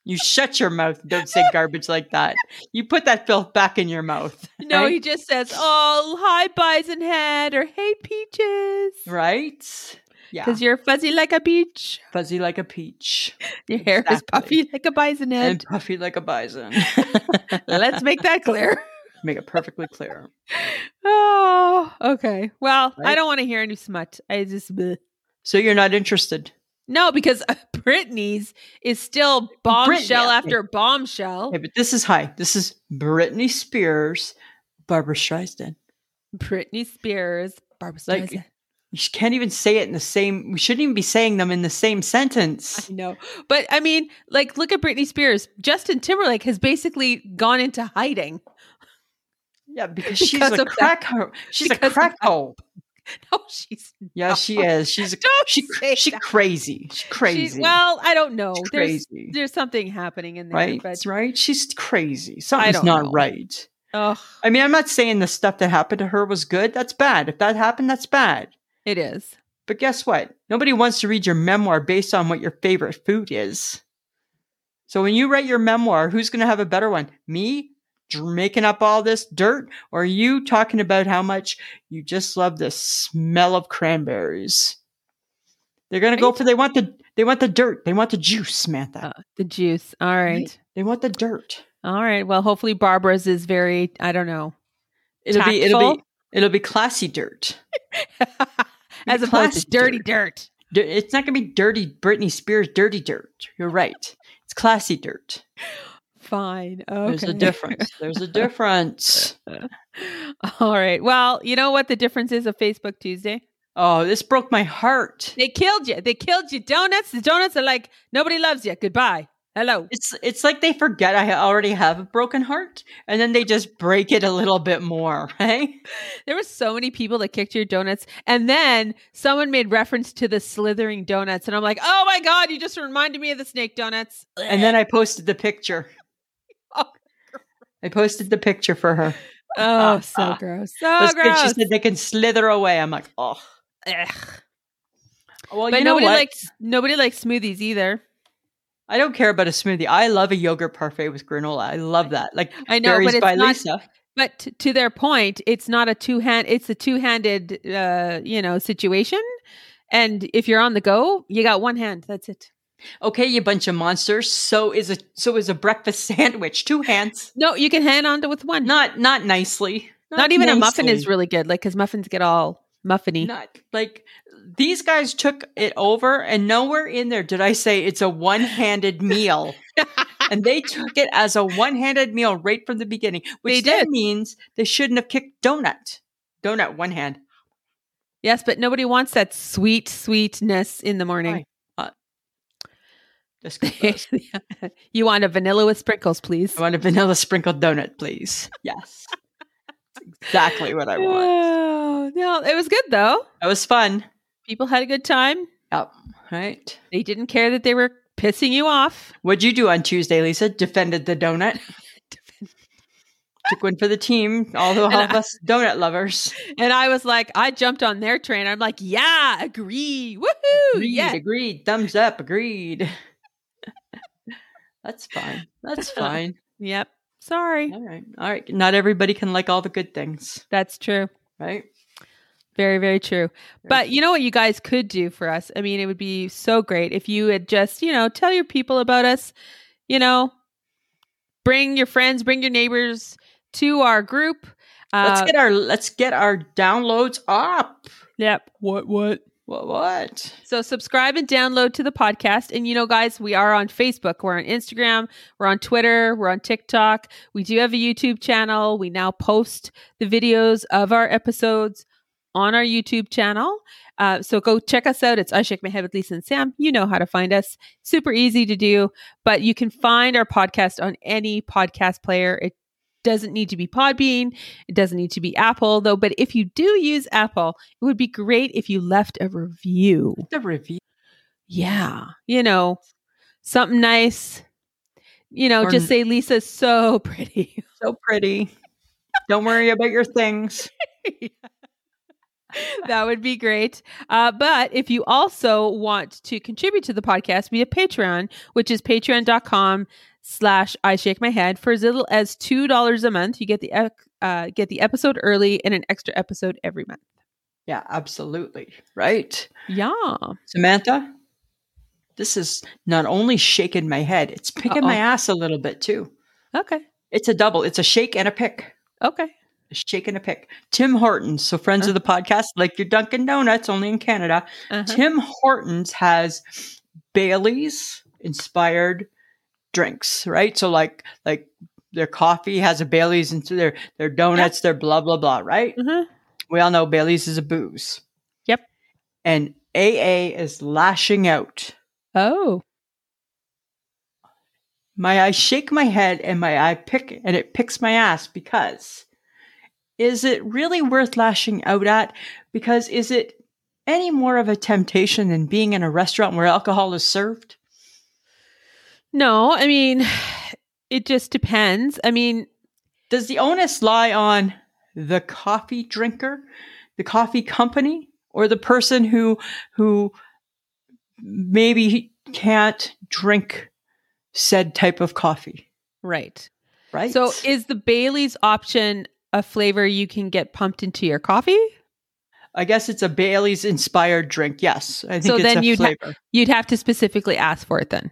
Speaker 1: You shut your mouth. and Don't say garbage like that. You put that filth back in your mouth,
Speaker 2: no,
Speaker 1: Right?
Speaker 2: he just says, "Oh, hi, Bison Head," or "Hey, Peaches,"
Speaker 1: right? Yeah,
Speaker 2: because you're fuzzy like a beach.
Speaker 1: fuzzy like a peach
Speaker 2: Your hair is
Speaker 1: Exactly.
Speaker 2: puffy like a bison
Speaker 1: and
Speaker 2: head.
Speaker 1: puffy like a bison.
Speaker 2: Let's make that clear.
Speaker 1: Make it perfectly clear.
Speaker 2: Oh, okay. Well, I
Speaker 1: Right?
Speaker 2: don't want to hear any smut. I just bleh.
Speaker 1: So you're not interested.
Speaker 2: no, because uh, Britney's is still bombshell
Speaker 1: Britney,
Speaker 2: after bombshell.
Speaker 1: Okay, but this is high. This is Britney Spears, Barbara Streisand.
Speaker 2: Britney Spears, Barbara
Speaker 1: Like-
Speaker 2: Streisand.
Speaker 1: You sh- can't even say it in the same. We shouldn't even be saying them in the same sentence.
Speaker 2: I know, but I mean, like, look at Britney Spears. Justin Timberlake has basically gone into hiding.
Speaker 1: Yeah, because she's
Speaker 2: Because
Speaker 1: a
Speaker 2: of that.
Speaker 1: crack ho- She's a
Speaker 2: Because of
Speaker 1: crack hole.
Speaker 2: No, she's
Speaker 1: Yeah, she is. She's a,
Speaker 2: Don't
Speaker 1: she
Speaker 2: say
Speaker 1: she
Speaker 2: that.
Speaker 1: crazy. She's crazy.
Speaker 2: She, well, I don't know.
Speaker 1: She's
Speaker 2: There's
Speaker 1: crazy.
Speaker 2: there's something happening in there,
Speaker 1: Right,
Speaker 2: but
Speaker 1: right. She's crazy. Something's
Speaker 2: don't
Speaker 1: not
Speaker 2: know.
Speaker 1: right.
Speaker 2: oh,
Speaker 1: I mean, I'm not saying the stuff that happened to her was good. That's bad. If that happened, that's bad.
Speaker 2: it is.
Speaker 1: But guess what? Nobody wants to read your memoir based on what your favorite food is. So when you write your memoir, who's going to have a better one? Me dr- making up all this dirt or you talking about how much you just love the smell of cranberries? They're going
Speaker 2: Are
Speaker 1: to go
Speaker 2: you
Speaker 1: for they want the they want the dirt. They want the juice, Samantha.
Speaker 2: Uh, the juice. All right.
Speaker 1: they want the dirt.
Speaker 2: All right. Well, hopefully Barbara's is very, I don't know,
Speaker 1: It'll be it'll be
Speaker 2: Tactful?
Speaker 1: it'll be classy dirt.
Speaker 2: as opposed to
Speaker 1: classic
Speaker 2: dirty dirt.
Speaker 1: Di- It's not going to be dirty Britney Spears dirty dirt. You're right. It's classy dirt.
Speaker 2: Fine. Okay.
Speaker 1: There's a difference. There's a difference.
Speaker 2: All right. Well, you know what the difference is of Facebook Tuesday?
Speaker 1: Oh, this broke my heart.
Speaker 2: They killed you. They killed you. Donuts. The donuts are like, nobody loves you. Goodbye. Hello.
Speaker 1: It's it's like they forget I already have a broken heart, and then they just break it a little bit more, right?
Speaker 2: There were so many people that kicked your donuts. And then someone made reference to the slithering donuts. And I'm like, oh my God, you just reminded me of the snake donuts.
Speaker 1: And then I posted the picture.
Speaker 2: Oh.
Speaker 1: I posted the picture for her.
Speaker 2: oh, so gross. So
Speaker 1: Those kids,
Speaker 2: gross.
Speaker 1: she said they can slither away. I'm like, oh,
Speaker 2: Ugh.
Speaker 1: well,
Speaker 2: but
Speaker 1: you know
Speaker 2: nobody
Speaker 1: what?
Speaker 2: likes nobody likes smoothies either.
Speaker 1: I don't care about a smoothie. I love a yogurt parfait with granola. I love that. Like
Speaker 2: I know,
Speaker 1: berries
Speaker 2: but it's
Speaker 1: by
Speaker 2: not.
Speaker 1: Lisa.
Speaker 2: But t- to their point, it's not a two hand. It's a two handed, uh, you know, situation. And if you're on the go, you got one hand. That's it.
Speaker 1: Okay, you bunch of monsters. So is a so is a breakfast sandwich. Two hands.
Speaker 2: No, you can hand on to with one.
Speaker 1: not not nicely.
Speaker 2: not, even a muffin is really good. Like because muffins get all muffiny.
Speaker 1: not like these guys took it over, and nowhere in there did I say it's a one-handed meal, and they took it as a one-handed meal right from the beginning, which
Speaker 2: They
Speaker 1: then
Speaker 2: did.
Speaker 1: means they shouldn't have kicked donut. Donut one hand.
Speaker 2: yes, but nobody wants that sweet sweetness in the morning.
Speaker 1: Just gross.
Speaker 2: you want a vanilla with sprinkles, please.
Speaker 1: I want a vanilla sprinkled donut, please. Yes, exactly what I want.
Speaker 2: Oh, no, it was good though.
Speaker 1: That was fun.
Speaker 2: People had a good time.
Speaker 1: Yep. Right.
Speaker 2: They didn't care that they were pissing you off.
Speaker 1: What'd you do on Tuesday, Lisa? Defended the donut. Took one for the team, all of
Speaker 2: And I-
Speaker 1: us donut lovers.
Speaker 2: And I was like, I jumped on their train. I'm like, yeah, agree. Woohoo.
Speaker 1: Agreed,
Speaker 2: Yeah.
Speaker 1: agreed. Thumbs up, agreed. That's fine. That's fine.
Speaker 2: Yep. Sorry.
Speaker 1: All right. All right. Not everybody can like all the good things,
Speaker 2: That's true.
Speaker 1: right?
Speaker 2: Very, very true. But you know what you guys could do for us? I mean, it would be so great if you had just, you know, tell your people about us, you know, bring your friends, bring your neighbors to our group. uh,
Speaker 1: let's get our let's get our downloads up.
Speaker 2: yep. What, what?
Speaker 1: What what?
Speaker 2: So subscribe and download to the podcast. And you know, guys, we are on Facebook, we're on Instagram, we're on Twitter, we're on TikTok. We do have a YouTube channel. We now post the videos of our episodes on our YouTube channel. Uh, so go check us out. It's I Shake My Head with Lisa and Sam. You know how to find us. Super easy to do, but you can find our podcast on any podcast player. It doesn't need to be Podbean. It doesn't need to be Apple, though. But if you do use Apple, it would be great if you left a review.
Speaker 1: The review.
Speaker 2: Yeah. You know, something nice. You know,
Speaker 1: Or
Speaker 2: just
Speaker 1: n-
Speaker 2: say Lisa's so pretty.
Speaker 1: So pretty. Don't worry about your things.
Speaker 2: that would be great. Uh, but if you also want to contribute to the podcast via Patreon, which is patreon.com slash I shake my head for as little as two dollars a month, you get the ec- uh, get the episode early and an extra episode every month.
Speaker 1: Yeah, absolutely. Right.
Speaker 2: Yeah.
Speaker 1: Samantha, this is not only shaking my head, it's picking
Speaker 2: Uh-oh.
Speaker 1: my ass a little bit too.
Speaker 2: Okay.
Speaker 1: It's a double. It's a shake and a pick.
Speaker 2: Okay.
Speaker 1: A shake and a pick. Tim Hortons, so friends of the podcast, like your Dunkin' Donuts, only in Canada.
Speaker 2: Uh-huh.
Speaker 1: Tim Hortons has Bailey's inspired drinks, right? So like like their coffee has a Bailey's into their their donuts, their blah blah blah, right?
Speaker 2: Uh-huh.
Speaker 1: We all know Bailey's is a booze.
Speaker 2: Yep.
Speaker 1: And AA is lashing out.
Speaker 2: Oh.
Speaker 1: My I shake my head and my eye pick and it picks my ass because is it really worth lashing out at? Because is it any more of a temptation than being in a restaurant where alcohol is served?
Speaker 2: No, I mean, it just depends. I mean,
Speaker 1: Does the onus lie on the coffee drinker, the coffee company, or the person who who maybe can't drink said type of coffee?
Speaker 2: right.
Speaker 1: Right.
Speaker 2: So is the Bailey's option a flavor you can get pumped into your coffee?
Speaker 1: I guess it's a Bailey's inspired drink. Yes, I think
Speaker 2: So
Speaker 1: it's
Speaker 2: then
Speaker 1: a
Speaker 2: you'd ha-
Speaker 1: flavor.
Speaker 2: You'd have to specifically ask for it then.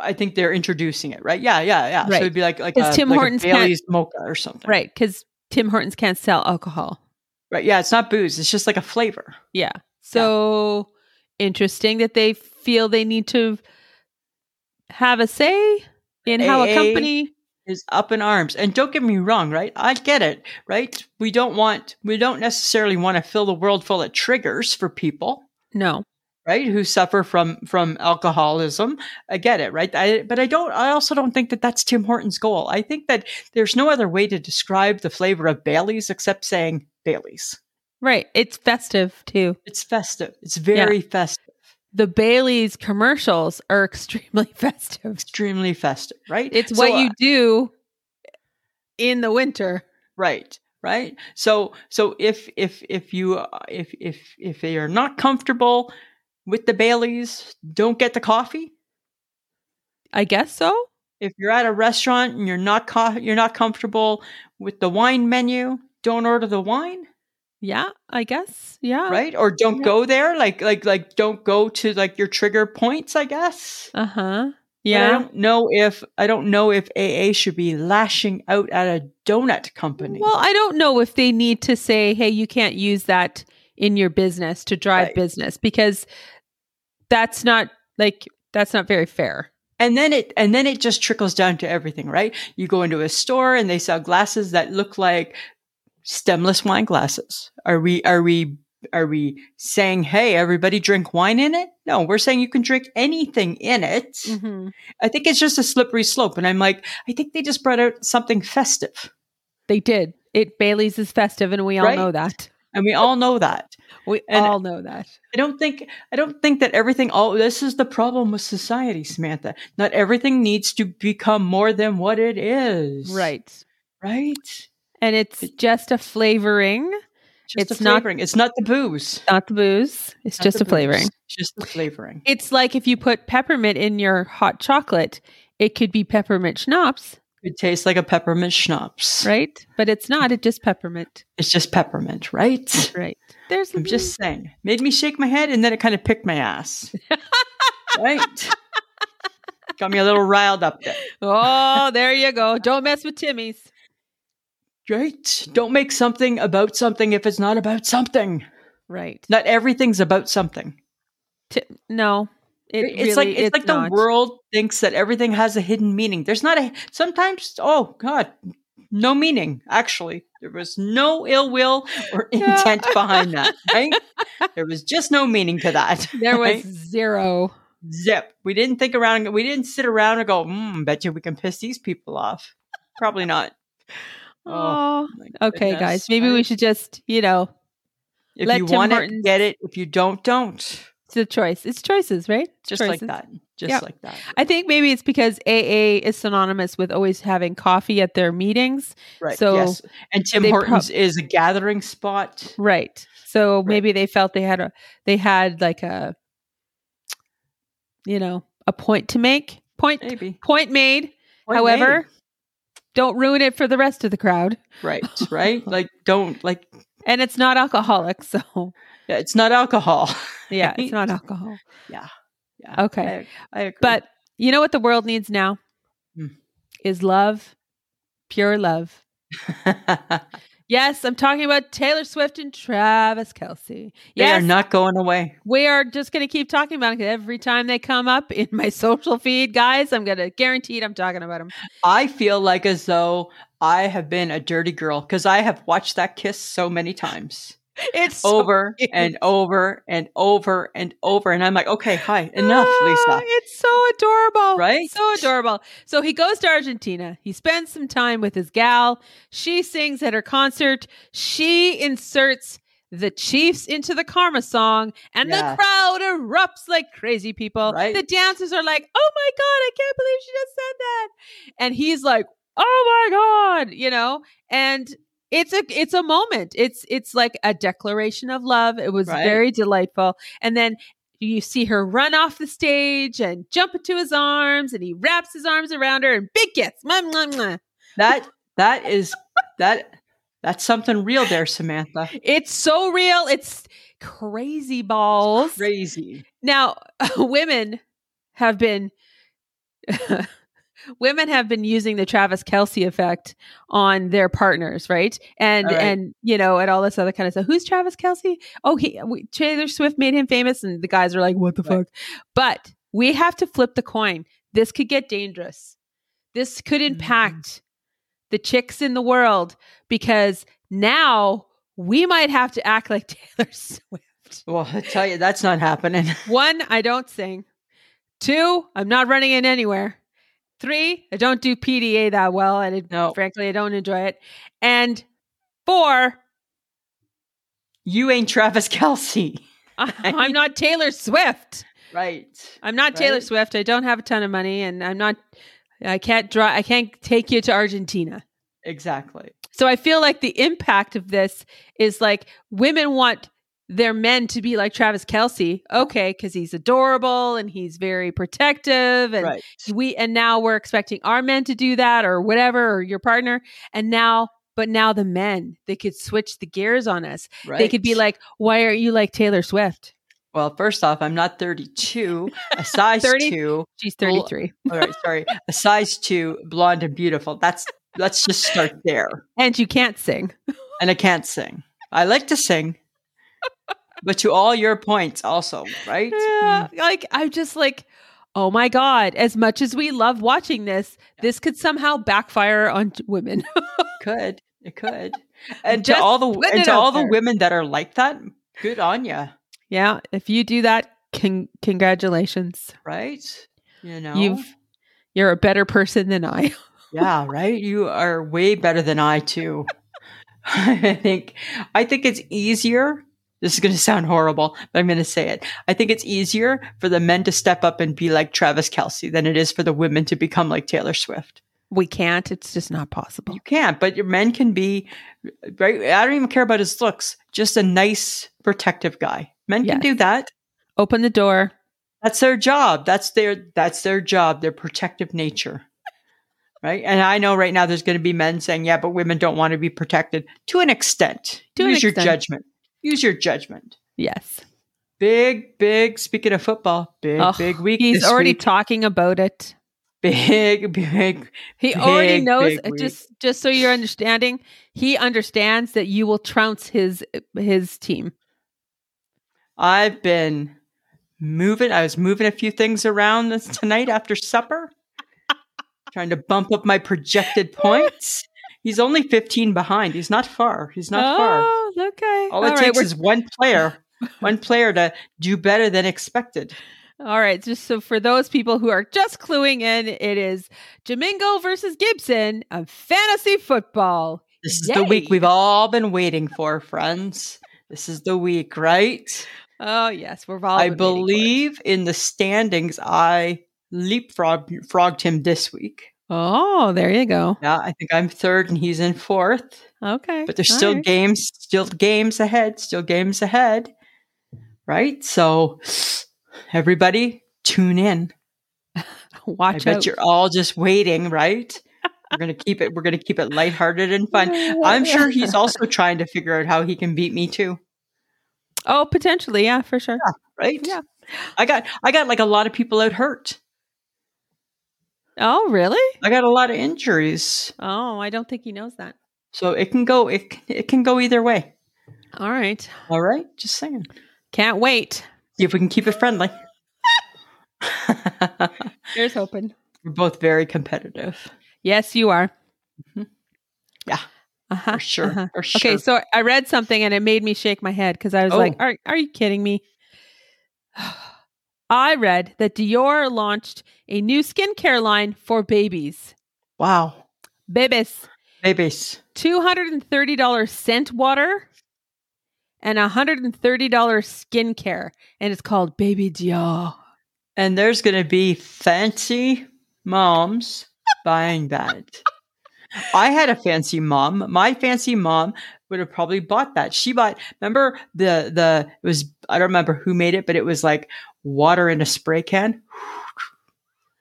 Speaker 1: I think they're introducing it, right? Yeah, yeah, yeah. So
Speaker 2: Right.
Speaker 1: it'd be like like
Speaker 2: 'Cause
Speaker 1: a,
Speaker 2: Tim
Speaker 1: like a
Speaker 2: Hortons can't-
Speaker 1: Bailey's mocha or something.
Speaker 2: Right, cuz Tim Hortons can't sell alcohol.
Speaker 1: Right. Yeah, it's not booze. It's just like a flavor.
Speaker 2: Yeah. So interesting that they feel they need to have a say in how a
Speaker 1: AA.
Speaker 2: company
Speaker 1: is up in arms. And don't get me wrong, right? I get it, right? We don't want, we don't necessarily want to fill the world full of triggers for people,
Speaker 2: No.
Speaker 1: right? Who suffer from from alcoholism. I get it, right? I, but I don't. I also don't think that that's Tim Horton's goal. I think that there's no other way to describe the flavor of Bailey's except saying Bailey's.
Speaker 2: Right. It's festive too.
Speaker 1: It's festive. It's very festive,
Speaker 2: The Bailey's commercials are extremely festive.
Speaker 1: extremely festive, right?
Speaker 2: It's
Speaker 1: So,
Speaker 2: what
Speaker 1: uh,
Speaker 2: you do in the winter.
Speaker 1: right right so so if if if you uh, if if if they are not comfortable with the baileys don't get the coffee
Speaker 2: I guess so.
Speaker 1: if you're at a restaurant and you're not co- you're not comfortable with the wine menu don't order the wine
Speaker 2: Yeah, I guess. Yeah.
Speaker 1: right or don't
Speaker 2: Oh, yeah.
Speaker 1: go there like like like don't go to like your trigger points i guess
Speaker 2: Uh huh.
Speaker 1: But
Speaker 2: Yeah.
Speaker 1: i don't know if i don't know if aa should be lashing out at a donut company
Speaker 2: well, I don't know if they need to say, hey, you can't use that in your business to drive
Speaker 1: Right.
Speaker 2: business because that's not like, that's not very fair.
Speaker 1: and then it and then it just trickles down to everything right you go into a store and they sell glasses that look like stemless wine glasses are we are we are we saying hey everybody drink wine in it no we're saying you can drink anything in it
Speaker 2: Mm.
Speaker 1: i think it's just a slippery slope and i'm like i think they just brought out something festive
Speaker 2: They did. It Bailey's is festive and we all
Speaker 1: Right.
Speaker 2: know that.
Speaker 1: and we all know that
Speaker 2: We
Speaker 1: And-
Speaker 2: all know that.
Speaker 1: I don't think I don't think that everything all this is the problem with society, Samantha. Not everything needs to become more than what it is.
Speaker 2: Right.
Speaker 1: right?
Speaker 2: and it's just a flavoring,
Speaker 1: Just
Speaker 2: It's
Speaker 1: the
Speaker 2: not-
Speaker 1: flavoring. it's not the booze.
Speaker 2: not the booze. It's
Speaker 1: Not
Speaker 2: just
Speaker 1: the
Speaker 2: a flavoring.
Speaker 1: booze. Just the flavoring.
Speaker 2: It's like if you put peppermint in your hot chocolate, it could be peppermint schnapps,
Speaker 1: It tastes like a peppermint schnapps.
Speaker 2: right? But it's not. It's just peppermint,
Speaker 1: It's just peppermint, right? Mm-hmm.
Speaker 2: right? There's
Speaker 1: I'm just saying. Made me shake my head and then it kind of picked my ass. right? Got me a little riled up there.
Speaker 2: oh, there you go. Don't mess with Timmy's.
Speaker 1: Right? Don't make something about something if it's not about something.
Speaker 2: Right?
Speaker 1: Not everything's about something.
Speaker 2: Ti- no, it
Speaker 1: It- it's like
Speaker 2: really
Speaker 1: it's,
Speaker 2: is
Speaker 1: like
Speaker 2: not.
Speaker 1: the world thinks that everything has a hidden meaning. There's not a sometimes. Oh God, no meaning. Actually, there was no ill will or
Speaker 2: Yeah.
Speaker 1: intent behind that. Right? there was just no meaning to that.
Speaker 2: There was
Speaker 1: right?
Speaker 2: zero.
Speaker 1: zip. We didn't think around. We didn't sit around and go, mm, "Bet you we can piss these people off." Probably not. Oh,
Speaker 2: Oh,
Speaker 1: my
Speaker 2: okay,
Speaker 1: goodness.
Speaker 2: guys. Maybe we
Speaker 1: Right?
Speaker 2: should just you know
Speaker 1: If
Speaker 2: let
Speaker 1: you
Speaker 2: Tim
Speaker 1: want
Speaker 2: Hortons-
Speaker 1: it, get it. If you don't, don't.
Speaker 2: it's a choice. It's choices, right? It's
Speaker 1: Just
Speaker 2: choices.
Speaker 1: like that. Just
Speaker 2: Yeah.
Speaker 1: like that.
Speaker 2: I think maybe it's because AA is synonymous with always having coffee at their meetings.
Speaker 1: Right.
Speaker 2: So
Speaker 1: yes. And Tim
Speaker 2: they prob-
Speaker 1: Hortons is a gathering spot.
Speaker 2: Right. So maybe they felt they had a they had like a you know, a point to make. Point
Speaker 1: Maybe.
Speaker 2: point made.
Speaker 1: Or
Speaker 2: however,
Speaker 1: maybe.
Speaker 2: don't ruin it for the rest of the crowd.
Speaker 1: right right like don't like
Speaker 2: And it's not alcoholic, so
Speaker 1: yeah, it's not alcohol
Speaker 2: yeah, it's not alcohol.
Speaker 1: yeah
Speaker 2: Okay.
Speaker 1: I, I agree
Speaker 2: But you know what the world needs now?
Speaker 1: Hmm.
Speaker 2: Is love. Pure love. Yes, I'm talking about Taylor Swift and Travis Kelsey.
Speaker 1: they
Speaker 2: Yes,
Speaker 1: are not going away
Speaker 2: we are just going to keep talking about it 'cause every time they come up in my social feed, guys. I'm going to guaranteed I'm talking about them.
Speaker 1: i feel like as though i have been a dirty girl because i have watched that kiss so many times
Speaker 2: It's so-
Speaker 1: over
Speaker 2: cute.
Speaker 1: and over and over and over and i'm like okay hi enough
Speaker 2: Ah,
Speaker 1: lisa
Speaker 2: It's so adorable,
Speaker 1: Right?
Speaker 2: So adorable. So he goes to Argentina. He spends some time with his gal. She sings at her concert. She inserts the Chiefs into the Karma song, and the
Speaker 1: Yes.
Speaker 2: crowd erupts like crazy people.
Speaker 1: Right.
Speaker 2: The dancers are like, "Oh my god, I can't believe she just said that!" And he's like, "Oh my god," you know, and. It's a it's a moment. It's it's like a declaration of love. It was
Speaker 1: Right.
Speaker 2: very delightful. And then you see her run off the stage and jump into his arms and he wraps his arms around her and big kiss. Mwah, mwah, mwah.
Speaker 1: that that is that that's something real there samantha
Speaker 2: It's so real. It's crazy balls.
Speaker 1: crazy
Speaker 2: Now, women have been women have been using the Travis Kelsey effect on their partners, right? And
Speaker 1: All right.
Speaker 2: and you know, and all this other kind of stuff. Who's Travis Kelsey? Oh, he we, Taylor Swift made him famous, and the guys are like, "What the
Speaker 1: Right.
Speaker 2: fuck?" But we have to flip the coin. This could get dangerous. This could impact the chicks in the world because now we might have to act like Taylor Swift.
Speaker 1: well i tell you that's not happening
Speaker 2: One, I don't sing. Two, I'm not running in anywhere. Three, I don't do PDA that well, and it,
Speaker 1: no
Speaker 2: frankly, I don't enjoy it. And four,
Speaker 1: you ain't travis kelsey
Speaker 2: I- I'm not Taylor Swift.
Speaker 1: right
Speaker 2: I'm not Taylor
Speaker 1: Right.
Speaker 2: Swift. I don't have a ton of money, and I'm not. I can't draw. I can't take you to Argentina.
Speaker 1: Exactly.
Speaker 2: So I feel like the impact of this is like women want their men to be like Travis Kelsey, okay, because he's adorable and he's very protective, and
Speaker 1: right.
Speaker 2: we and now we're expecting our men to do that or whatever or your partner and now but now the men they could switch the gears on us
Speaker 1: Right.
Speaker 2: they could be like why are you like taylor swift
Speaker 1: well, first off, I'm not 32, a size
Speaker 2: 30.
Speaker 1: two.
Speaker 2: she's
Speaker 1: Well-
Speaker 2: 33
Speaker 1: All right, sorry, a size two, blonde and beautiful. That's let's just start there.
Speaker 2: and you can't sing
Speaker 1: And I can't sing. I like to sing, but to all your points, also, right? Hmm.
Speaker 2: yeah, like i'm just like oh my god as much as we love watching this this could somehow backfire on t- women
Speaker 1: Mm, could it could? And
Speaker 2: Just
Speaker 1: to all the
Speaker 2: putting
Speaker 1: and
Speaker 2: it
Speaker 1: to
Speaker 2: out
Speaker 1: all the
Speaker 2: there.
Speaker 1: women that are like that, good on you,
Speaker 2: yeah if you do that con- congratulations
Speaker 1: right? You know,
Speaker 2: you've you're a better person than i
Speaker 1: yeah right you are way better than i too i think i think it's easier this is going to sound horrible but i'm going to say it i think it's easier for the men to step up and be like travis kelsey than it is for the women to become like taylor swift
Speaker 2: we can't. It's just not possible.
Speaker 1: You can't, but your men can be very I don't even care about his looks, just a nice protective guy. Men can
Speaker 2: Yes.
Speaker 1: do that.
Speaker 2: Open the door.
Speaker 1: That's their job. That's their that's their job, their protective nature. Right? And I know right now there's going to be men saying, "Yeah, but women don't want to be protected to an extent."
Speaker 2: To an
Speaker 1: Use your
Speaker 2: extent.
Speaker 1: judgment. Use your judgment.
Speaker 2: Yes.
Speaker 1: Big, big. Speaking of football, big,
Speaker 2: Oh,
Speaker 1: big week.
Speaker 2: He's
Speaker 1: this
Speaker 2: already
Speaker 1: week.
Speaker 2: talking about it.
Speaker 1: big, big.
Speaker 2: He already
Speaker 1: Big,
Speaker 2: knows.
Speaker 1: big week.
Speaker 2: Just just so you're understanding, he understands that you will trounce his his team.
Speaker 1: I've been moving. I was moving a few things around this tonight after supper, trying to bump up my projected points. He's only 15 behind. He's not far. He's not far.
Speaker 2: oh, okay.
Speaker 1: All it
Speaker 2: right,
Speaker 1: takes
Speaker 2: we're-
Speaker 1: is one player, one player to do better than expected.
Speaker 2: all right. Just so for those people who are just cluing in, it is Domingo versus Gibson of fantasy football.
Speaker 1: This is the week
Speaker 2: Yay.
Speaker 1: we've all been waiting for, friends. This is the week, right?
Speaker 2: Oh yes, we're all.
Speaker 1: I
Speaker 2: been waiting for it.
Speaker 1: believe in the standings. I leapfrog frogged him this week.
Speaker 2: Oh, there you go.
Speaker 1: Yeah, I think I'm third and he's in fourth.
Speaker 2: Okay,
Speaker 1: But there's
Speaker 2: all
Speaker 1: still
Speaker 2: right.
Speaker 1: games, still games ahead, still games ahead. Right? So everybody tune in. I
Speaker 2: watch
Speaker 1: bet
Speaker 2: out.
Speaker 1: you're all just waiting, right? We're gonna keep it we're gonna keep it lighthearted and fun. I'm sure he's also trying to figure out how he can beat me too,
Speaker 2: Oh, potentially, yeah, for sure.
Speaker 1: right?
Speaker 2: Yeah.
Speaker 1: I got I got like a lot of people out hurt.
Speaker 2: Oh, really?
Speaker 1: I got a lot of injuries.
Speaker 2: Oh, I don't think he knows that.
Speaker 1: So it can go it can- it can go either way.
Speaker 2: All right,
Speaker 1: All right? Just saying.
Speaker 2: can't wait.
Speaker 1: See if we can keep it friendly.
Speaker 2: Here's hoping.
Speaker 1: We're both very competitive.
Speaker 2: Yes, you are.
Speaker 1: Mhm. Yeah,
Speaker 2: Uh-huh,
Speaker 1: For sure.
Speaker 2: uh-huh.
Speaker 1: For sure.
Speaker 2: Okay, so I read something and it made me shake my head because I was like,
Speaker 1: Oh.
Speaker 2: are, are you kidding me? I read that Dior launched a new skincare line for babies.
Speaker 1: wow.
Speaker 2: Babies.
Speaker 1: Babies.
Speaker 2: $230 scent water and $130 skincare. And it's called Baby Dior.
Speaker 1: And there's going to be fancy moms buying that. I had a fancy mom. My fancy mom would have probably bought that. She bought, remember the, the, it was, I don't remember who made it, but it was like water in a spray can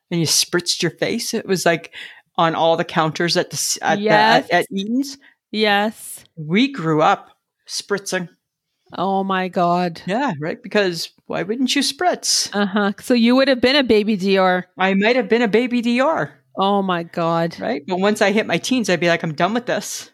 Speaker 1: and you spritzed your face. It was like on all the counters at the, s- at,
Speaker 2: Yes.
Speaker 1: the, at, at Eaton's.
Speaker 2: Yes.
Speaker 1: We grew up spritzing.
Speaker 2: Oh my God.
Speaker 1: Yeah, right. Because why wouldn't you spritz?
Speaker 2: Uh huh. So you would have been a Baby Dior.
Speaker 1: I might have been a baby DR,
Speaker 2: Oh my God.
Speaker 1: right? But once I hit my teens, I'd be like, I'm done with this.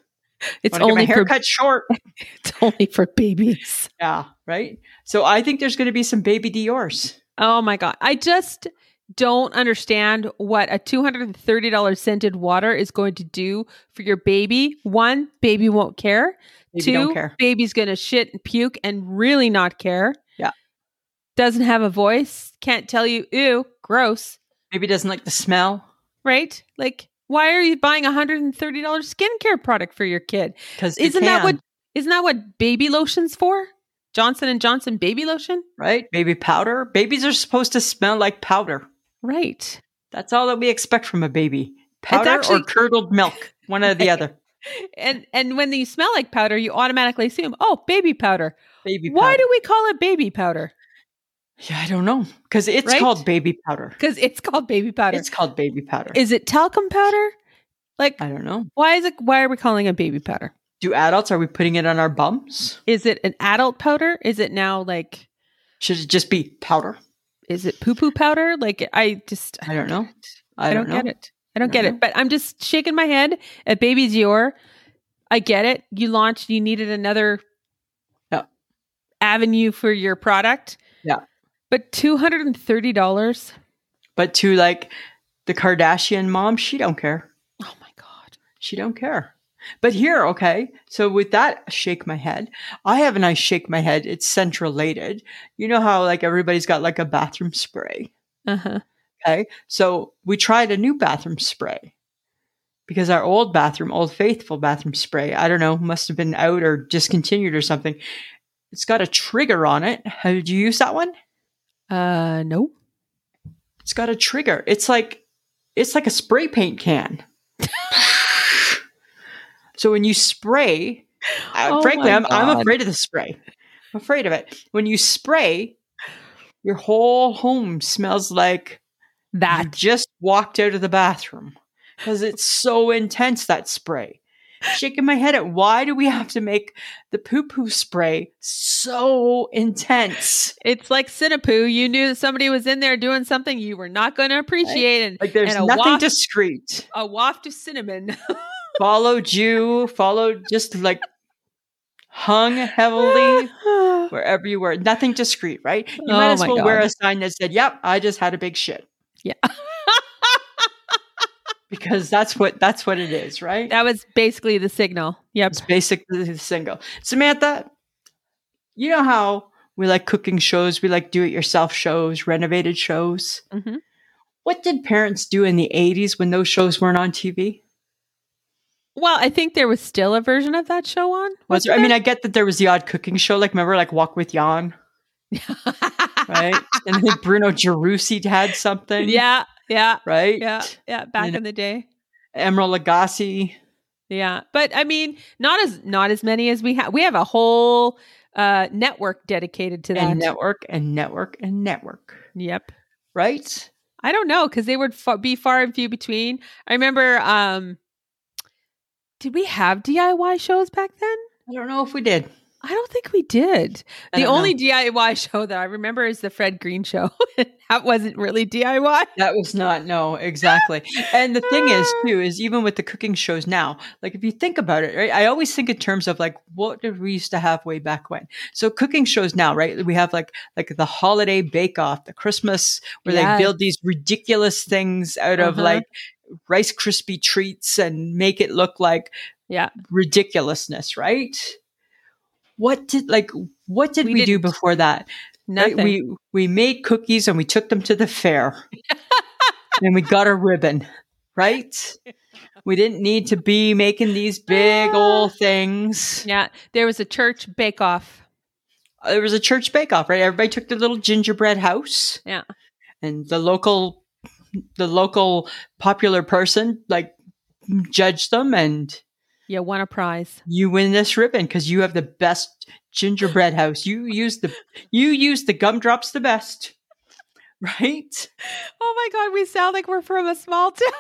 Speaker 2: It's
Speaker 1: Wanna get
Speaker 2: only
Speaker 1: my
Speaker 2: for
Speaker 1: hair cut short.
Speaker 2: it's only for babies.
Speaker 1: yeah, right. So I think there's going to be some baby DRs.
Speaker 2: Oh my god. I just don't understand what a $230 scented water is going to do for your baby. One, baby won't care.
Speaker 1: Maybe
Speaker 2: Two,
Speaker 1: don't care.
Speaker 2: baby's going to shit and puke and really not care.
Speaker 1: Yeah.
Speaker 2: Doesn't have a voice, can't tell you ew, gross,
Speaker 1: Maybe doesn't like the smell
Speaker 2: right? Like why are you buying a $130 skincare product for your kid?
Speaker 1: because
Speaker 2: Isn't that what isn't that what baby lotion's for? Johnson and Johnson baby lotion?
Speaker 1: right? Baby powder. Babies are supposed to smell like powder.
Speaker 2: Right.
Speaker 1: That's all that we expect from a baby. Powder
Speaker 2: actually-
Speaker 1: or curdled milk, one or the other.
Speaker 2: and and when you smell like powder, you automatically assume, oh, baby powder.
Speaker 1: Baby
Speaker 2: Why
Speaker 1: powder.
Speaker 2: do we call it baby powder?
Speaker 1: Yeah, I don't know because it's
Speaker 2: Right?
Speaker 1: called baby powder.
Speaker 2: Because it's called baby powder.
Speaker 1: It's called baby powder.
Speaker 2: is it talcum powder? Like,
Speaker 1: I don't know.
Speaker 2: why is it? Why are we calling it baby powder?
Speaker 1: Do adults are we putting it on our bums?
Speaker 2: Is it an adult powder? Is it now like?
Speaker 1: Should it just be powder?
Speaker 2: Is it poo poo powder? Like, I just
Speaker 1: I don't know.
Speaker 2: I,
Speaker 1: I,
Speaker 2: don't,
Speaker 1: know.
Speaker 2: get it. I don't
Speaker 1: I
Speaker 2: get
Speaker 1: don't
Speaker 2: it. But I'm just shaking my head at baby Dior. I get it. You launched. You needed another
Speaker 1: Yeah.
Speaker 2: avenue for your product.
Speaker 1: Yeah.
Speaker 2: But two hundred and thirty dollars.
Speaker 1: But to like the Kardashian mom, she don't care.
Speaker 2: Oh my god.
Speaker 1: She don't care. But here, okay. So with that shake my head, I have a nice shake my head. It's scent related. You know how like everybody's got like a bathroom spray.
Speaker 2: Uh-huh.
Speaker 1: Okay. So we tried a new bathroom spray because our old bathroom, old faithful bathroom spray, I don't know, must have been out or discontinued or something. It's got a trigger on it. How did you use that one?
Speaker 2: Uh no.
Speaker 1: It's got a trigger. It's like it's like a spray paint can. So when you spray, uh,
Speaker 2: Oh
Speaker 1: frankly,
Speaker 2: my
Speaker 1: I'm, I'm
Speaker 2: God.
Speaker 1: afraid of the spray. I'm afraid of it. When you spray, your whole home smells like I
Speaker 2: That
Speaker 1: just walked out of the bathroom because it's so intense that spray. Shaking my head at why do we have to make the poo poo spray so intense?
Speaker 2: it's like Cinnapoo. You knew that somebody was in there doing something you were not going to appreciate, and
Speaker 1: Like there's
Speaker 2: And a
Speaker 1: nothing
Speaker 2: waft-
Speaker 1: discreet.
Speaker 2: a waft of cinnamon.
Speaker 1: Followed you, followed just like hung heavily wherever you were. Nothing discreet, right? You might
Speaker 2: Oh
Speaker 1: as
Speaker 2: my
Speaker 1: well wear
Speaker 2: God.
Speaker 1: a sign that said, Yep, I just had a big shit.
Speaker 2: Yeah.
Speaker 1: because that's what that's what it is, right?
Speaker 2: that was basically the signal. Yep.
Speaker 1: It's basically the single. Samantha, you know how we like cooking shows, we like do it yourself shows, renovated shows.
Speaker 2: hmm
Speaker 1: What did parents do in the 80s when those shows weren't on TV?
Speaker 2: Well, I think there was still a version of that show on.
Speaker 1: Was there, I
Speaker 2: wasn't
Speaker 1: mean, I get that there was the odd cooking show, like remember, like Walk with Jan, right? and I think Bruno Gerussi had something,
Speaker 2: yeah, yeah,
Speaker 1: right?
Speaker 2: yeah, yeah. Back
Speaker 1: know.
Speaker 2: in the day.
Speaker 1: Emeril Lagasse,
Speaker 2: Yeah, but I mean, not as not as many as we have. We have a whole uh network dedicated to that.
Speaker 1: and network, and network, and network,
Speaker 2: Yep.
Speaker 1: right?
Speaker 2: I don't know because they would fa- be far and few between. I remember. um Did we have DIY shows back then?
Speaker 1: I don't know if we did.
Speaker 2: I don't think we did.
Speaker 1: I
Speaker 2: the
Speaker 1: don't know.
Speaker 2: only DIY show that I remember is the Fred Green show. that wasn't really DIY.
Speaker 1: That was not no exactly. And the thing is
Speaker 2: Ah.
Speaker 1: too is even with the cooking shows now, like if you think about it, right? I always think in terms of like what did we used to have way back when. So cooking shows now, right? We have like like the holiday bake off, the Christmas where
Speaker 2: Yes.
Speaker 1: they build these ridiculous things out of
Speaker 2: Uh-huh.
Speaker 1: like Rice Krispie treats and make it look like
Speaker 2: Yeah.
Speaker 1: ridiculousness, right? What did like what did
Speaker 2: We
Speaker 1: we, do
Speaker 2: didn't.
Speaker 1: before that? Right?
Speaker 2: Nothing.
Speaker 1: We we made cookies and we took them to the fair, and we got a ribbon. Right? We didn't need to be making these
Speaker 2: Ah.
Speaker 1: big old things.
Speaker 2: yeah, there was a church bake off.
Speaker 1: There was a church bake off, right? Everybody took their little gingerbread house.
Speaker 2: Yeah.
Speaker 1: And the local, the local popular person like judged them, and
Speaker 2: You won a prize.
Speaker 1: you win this ribbon because you have the best gingerbread house. You use the you use the gumdrops the best, right?
Speaker 2: Oh my god, we sound like we're from a small town.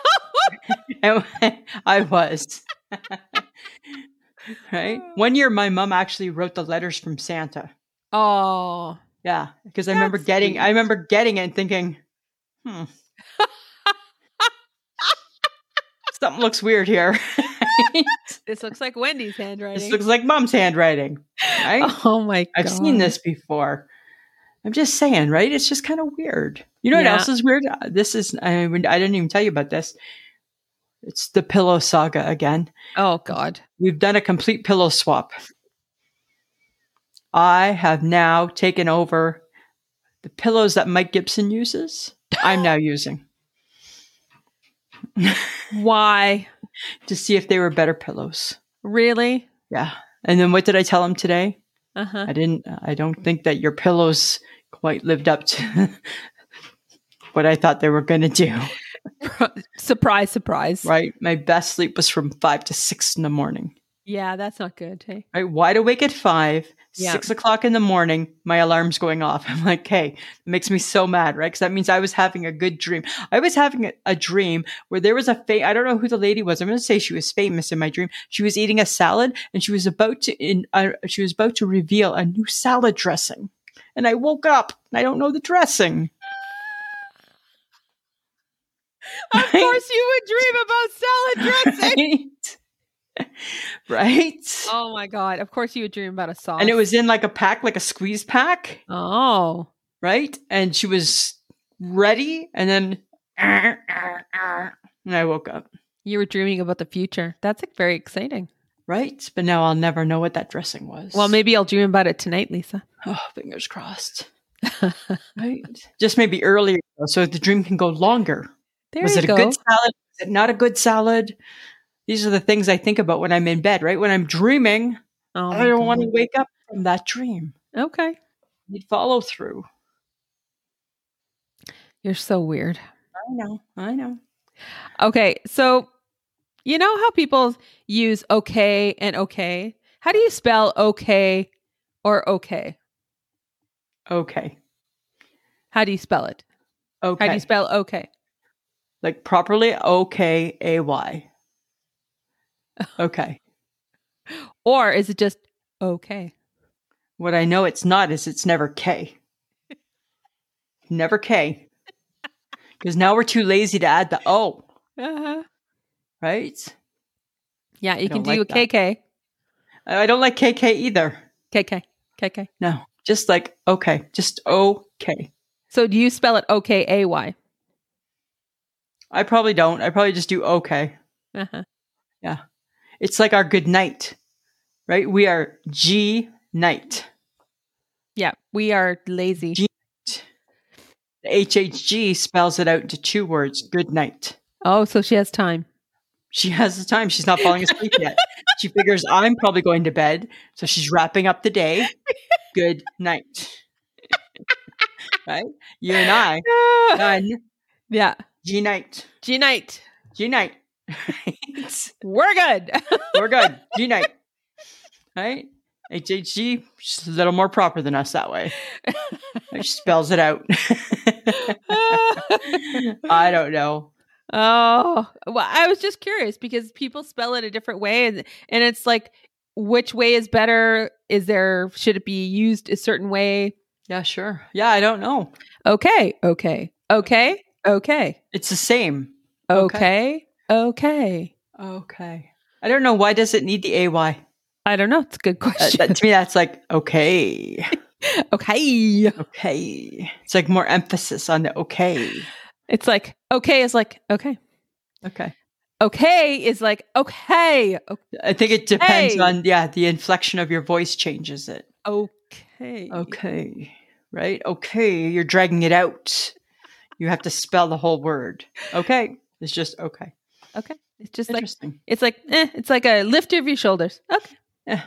Speaker 1: And I was. right? One year, my mom actually wrote the letters from Santa.
Speaker 2: Oh,
Speaker 1: Yeah. Because I remember
Speaker 2: That's
Speaker 1: getting, I
Speaker 2: sweet.
Speaker 1: remember getting it and thinking, hmm. Something looks weird here.
Speaker 2: this looks like Wendy's handwriting.
Speaker 1: this looks like mom's handwriting. Right?
Speaker 2: Oh my god.
Speaker 1: I've seen this before. I'm just saying, right? It's just kind of weird. You know
Speaker 2: Yeah.
Speaker 1: what else is weird? Uh, This is, I, I didn't even tell you about this. It's the pillow saga again.
Speaker 2: Oh god.
Speaker 1: We've done a complete pillow swap. I have now taken over the pillows that Mike Gibson uses. I'm now using
Speaker 2: Why?
Speaker 1: to see if they were better pillows.
Speaker 2: Really?
Speaker 1: Yeah. And then what did I tell him today?
Speaker 2: Uh-huh.
Speaker 1: I didn't I don't think that your pillows quite lived up to what I thought they were going to do.
Speaker 2: surprise, surprise.
Speaker 1: Right? My best sleep was from 5 to 6 in the morning.
Speaker 2: Yeah, that's not good. Hey.
Speaker 1: right? Wide awake at five,
Speaker 2: Yeah.
Speaker 1: six o'clock in the morning, my alarm's going off. I'm like, hey, it makes me so mad, right? Because that means I was having a good dream. I was having a, a dream where there was a, fa- I don't know who the lady was. I'm going to say she was famous in my dream. She was eating a salad and she was about to, in, uh, she was about to reveal a new salad dressing. And I woke up and I don't know the dressing.
Speaker 2: Of course you would dream about salad dressing.
Speaker 1: right? right?
Speaker 2: oh my god. Of course you would dream about a sauce.
Speaker 1: And it was in like a pack, like a squeeze pack.
Speaker 2: Oh.
Speaker 1: right? And she was ready, and then and I woke up,
Speaker 2: You were dreaming about the future. That's like very exciting.
Speaker 1: right? But now I'll never know what that dressing was.
Speaker 2: Well, maybe I'll dream about it tonight, Lisa.
Speaker 1: oh, fingers crossed, right? Just maybe earlier, so the dream can go longer.
Speaker 2: There
Speaker 1: was
Speaker 2: you
Speaker 1: it
Speaker 2: go.
Speaker 1: a good salad? Was it not a good salad? These are the things I think about when I'm in bed, right? When I'm dreaming,
Speaker 2: oh
Speaker 1: I
Speaker 2: my
Speaker 1: don't want to
Speaker 2: God.
Speaker 1: wake up from that dream.
Speaker 2: Okay.
Speaker 1: I Need follow through.
Speaker 2: You're so weird.
Speaker 1: I know, I know.
Speaker 2: Okay, so You know how people use okay and okay? How do you spell okay or okay?
Speaker 1: Okay.
Speaker 2: How do you spell it?
Speaker 1: Okay.
Speaker 2: How do you spell okay?
Speaker 1: like properly O K A Y. Okay.
Speaker 2: Or is it just okay?
Speaker 1: What I know it's not is it's never K. Never K. Because now we're too lazy to add the O,
Speaker 2: Uh-huh.
Speaker 1: right?
Speaker 2: Yeah, you can
Speaker 1: don't
Speaker 2: do
Speaker 1: like
Speaker 2: a KK.
Speaker 1: I I don't like KK either.
Speaker 2: KK. KK.
Speaker 1: No, just like okay, just okay.
Speaker 2: So do you spell it O K A Y?
Speaker 1: I probably don't. I probably just do okay.
Speaker 2: Uh-huh.
Speaker 1: It's like our good night, right? We are G night.
Speaker 2: Yeah, we are lazy.
Speaker 1: G- The HHG spells it out into two words good night.
Speaker 2: oh, so she has time.
Speaker 1: She has the time. She's not falling asleep yet. She figures I'm probably going to bed. So she's wrapping up the day. Good night. right? You and I, done.
Speaker 2: yeah.
Speaker 1: G night.
Speaker 2: G night.
Speaker 1: G night.
Speaker 2: We're good.
Speaker 1: We're good. G night. Right? HHG, she's a little more proper than us that way. She spells it out. I don't know.
Speaker 2: Oh, well, I was just curious because people spell it a different way, and, and it's like, which way is better? Is there should it be used a certain way?
Speaker 1: Yeah, sure. Yeah, I don't know.
Speaker 2: Okay, okay, okay, okay,
Speaker 1: It's the same.
Speaker 2: okay, okay.
Speaker 1: Okay. I don't know. Why does it need the AY?
Speaker 2: I don't know. It's a good
Speaker 1: Uh,
Speaker 2: question.
Speaker 1: that, to me, that's like okay,
Speaker 2: okay,
Speaker 1: okay. It's like more emphasis on the okay,
Speaker 2: it's like okay is like okay,
Speaker 1: okay.
Speaker 2: okay is like okay, o-
Speaker 1: I think it depends
Speaker 2: Hey.
Speaker 1: on yeah, the inflection of your voice changes it.
Speaker 2: okay,
Speaker 1: Okay, right? Okay, you're dragging it out. You have to spell the whole word. Okay, it's just okay.
Speaker 2: okay. It's just like
Speaker 1: Interesting.
Speaker 2: it's like eh, it's like a lift of your shoulders. Okay,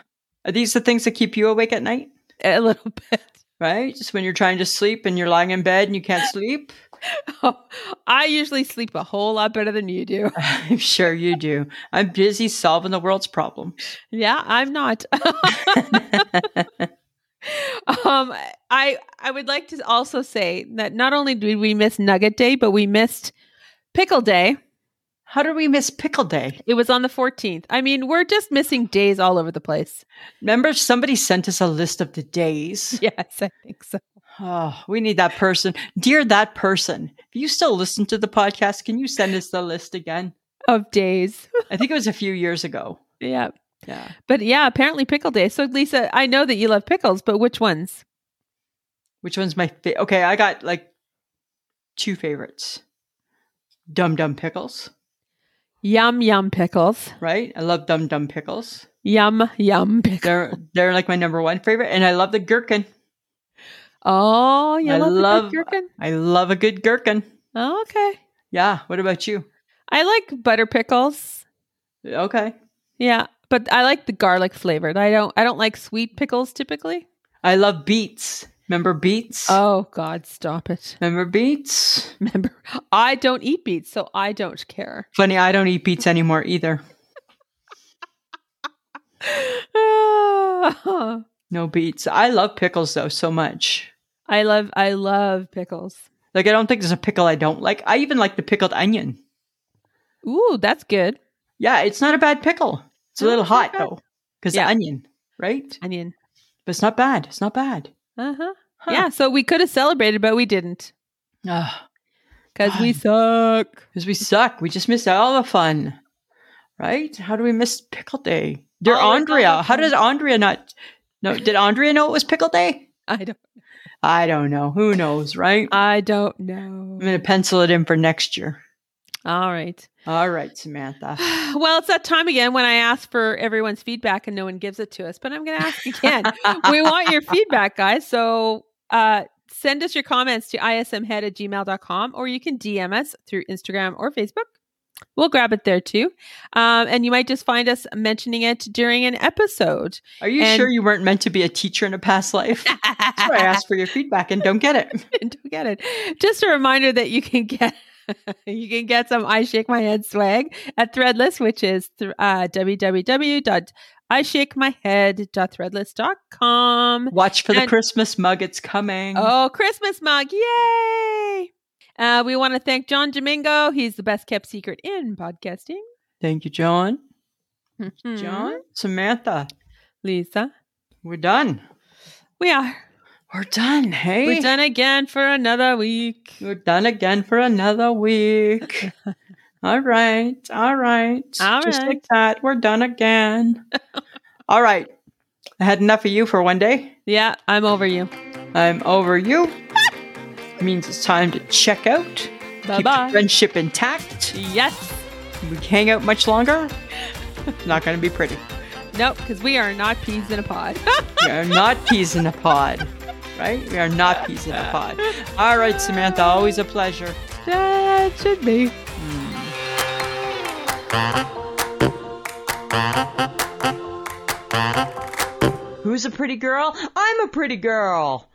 Speaker 1: Are these the things that keep you awake at night?
Speaker 2: a little bit.
Speaker 1: Right? Just when you're trying to sleep and you're lying in bed and you can't sleep.
Speaker 2: I usually sleep a whole lot better than you do.
Speaker 1: I'm sure you do. I'm busy solving the world's problems.
Speaker 2: Yeah, I'm not. um, I I would like to also say that not only did we miss Nugget Day, but we missed Pickle Day.
Speaker 1: How did we miss pickle day?
Speaker 2: It was on the 14th. I mean, we're just missing days all over the place.
Speaker 1: Remember, somebody sent us a list of the days.
Speaker 2: Yes, I think so.
Speaker 1: Oh, we need that person. Dear that person, if you still listen to the podcast, can you send us the list again?
Speaker 2: Of days.
Speaker 1: I think it was a few years ago.
Speaker 2: Yeah.
Speaker 1: Yeah.
Speaker 2: But yeah, apparently Pickle Day. So Lisa, I know that you love pickles, but which ones?
Speaker 1: Which one's my favorite? Okay, I got like two favorites Dum Dum Pickles,
Speaker 2: Yum yum pickles.
Speaker 1: right? I love Dum Dum Pickles.
Speaker 2: Yum yum pickles.
Speaker 1: They're they're like my number one favorite. And I love the gherkin.
Speaker 2: Oh, you
Speaker 1: I
Speaker 2: love,
Speaker 1: love-
Speaker 2: the gherkin.
Speaker 1: I love a good gherkin.
Speaker 2: Oh, okay.
Speaker 1: Yeah. What about you?
Speaker 2: I like butter pickles.
Speaker 1: Okay.
Speaker 2: Yeah, but I like the garlic flavored. I don't I don't like sweet pickles typically.
Speaker 1: I love beets. Remember beets?
Speaker 2: Oh god, stop it.
Speaker 1: Remember beets?
Speaker 2: Remember, I don't eat beets, so I don't care.
Speaker 1: Funny, I don't eat beets anymore either.
Speaker 2: I
Speaker 1: No beets. I love pickles though so much.
Speaker 2: love I love pickles.
Speaker 1: Like I don't think there's a pickle I don't like. I even like the pickled onion.
Speaker 2: Ooh, that's good.
Speaker 1: Yeah, it's not a bad pickle. It's a
Speaker 2: No,
Speaker 1: little
Speaker 2: Oh, it's not
Speaker 1: hot
Speaker 2: bad.
Speaker 1: though, because
Speaker 2: Yeah.
Speaker 1: onion, right?
Speaker 2: Onion.
Speaker 1: But it's not bad. It's not bad.
Speaker 2: Uh-huh.
Speaker 1: Huh.
Speaker 2: Yeah, so we could have celebrated, but we didn't. Because we suck.
Speaker 1: Because we suck. We just missed all the fun, right? How do we miss pickle day? Dear
Speaker 2: All the
Speaker 1: Andrea, how
Speaker 2: fun.
Speaker 1: did Andrea not? No, did Andrea know it was pickle day?
Speaker 2: I don't
Speaker 1: I don't know. Who knows, right?
Speaker 2: I don't
Speaker 1: I'm
Speaker 2: know.
Speaker 1: gonna pencil it in for next year.
Speaker 2: All right.
Speaker 1: All right, Samantha.
Speaker 2: well, it's that time again when I ask for everyone's feedback and no one gives it to us, but I'm going to ask again. we want your feedback, guys. So uh, send us your comments to ismhead at gmail.com or you can DM us through Instagram or Facebook. We'll grab it there too. Um, and you might just find us mentioning it during an episode.
Speaker 1: Are you
Speaker 2: And-
Speaker 1: sure you weren't meant to be a teacher in a past life? That's why I asked for your feedback and don't get it.
Speaker 2: Don't get it. Just a reminder that you can get you can get some I Shake My Head swag at Threadless, which is th- uh, www.ishakemyhead.threadless.com.
Speaker 1: Watch for the
Speaker 2: And-
Speaker 1: Christmas mug. It's coming.
Speaker 2: Oh, Christmas mug. Yay. Uh, we want to thank John Domingo. He's the best kept secret in podcasting.
Speaker 1: Thank you, John.
Speaker 2: Mhm.
Speaker 1: John, Samantha,
Speaker 2: Lisa.
Speaker 1: we're done.
Speaker 2: We are.
Speaker 1: We're done. Hey,
Speaker 2: We're done again for another week.
Speaker 1: We're done again for another week. all right. All right.
Speaker 2: All
Speaker 1: Just
Speaker 2: right.
Speaker 1: like that. We're done again. all right. I had enough of you for one day.
Speaker 2: Yeah, I'm over you.
Speaker 1: I'm over you. it means it's time to check out. Keep
Speaker 2: Bye
Speaker 1: the
Speaker 2: bye.
Speaker 1: friendship intact.
Speaker 2: Yes.
Speaker 1: We hang out much longer. Not going to be pretty.
Speaker 2: Nope, because we are not peas in a pod.
Speaker 1: We are not peas in a pod, right? We are not peas in a pod. All right, Samantha, always a pleasure.
Speaker 2: that should be.
Speaker 1: Who's a pretty girl? I'm a pretty girl.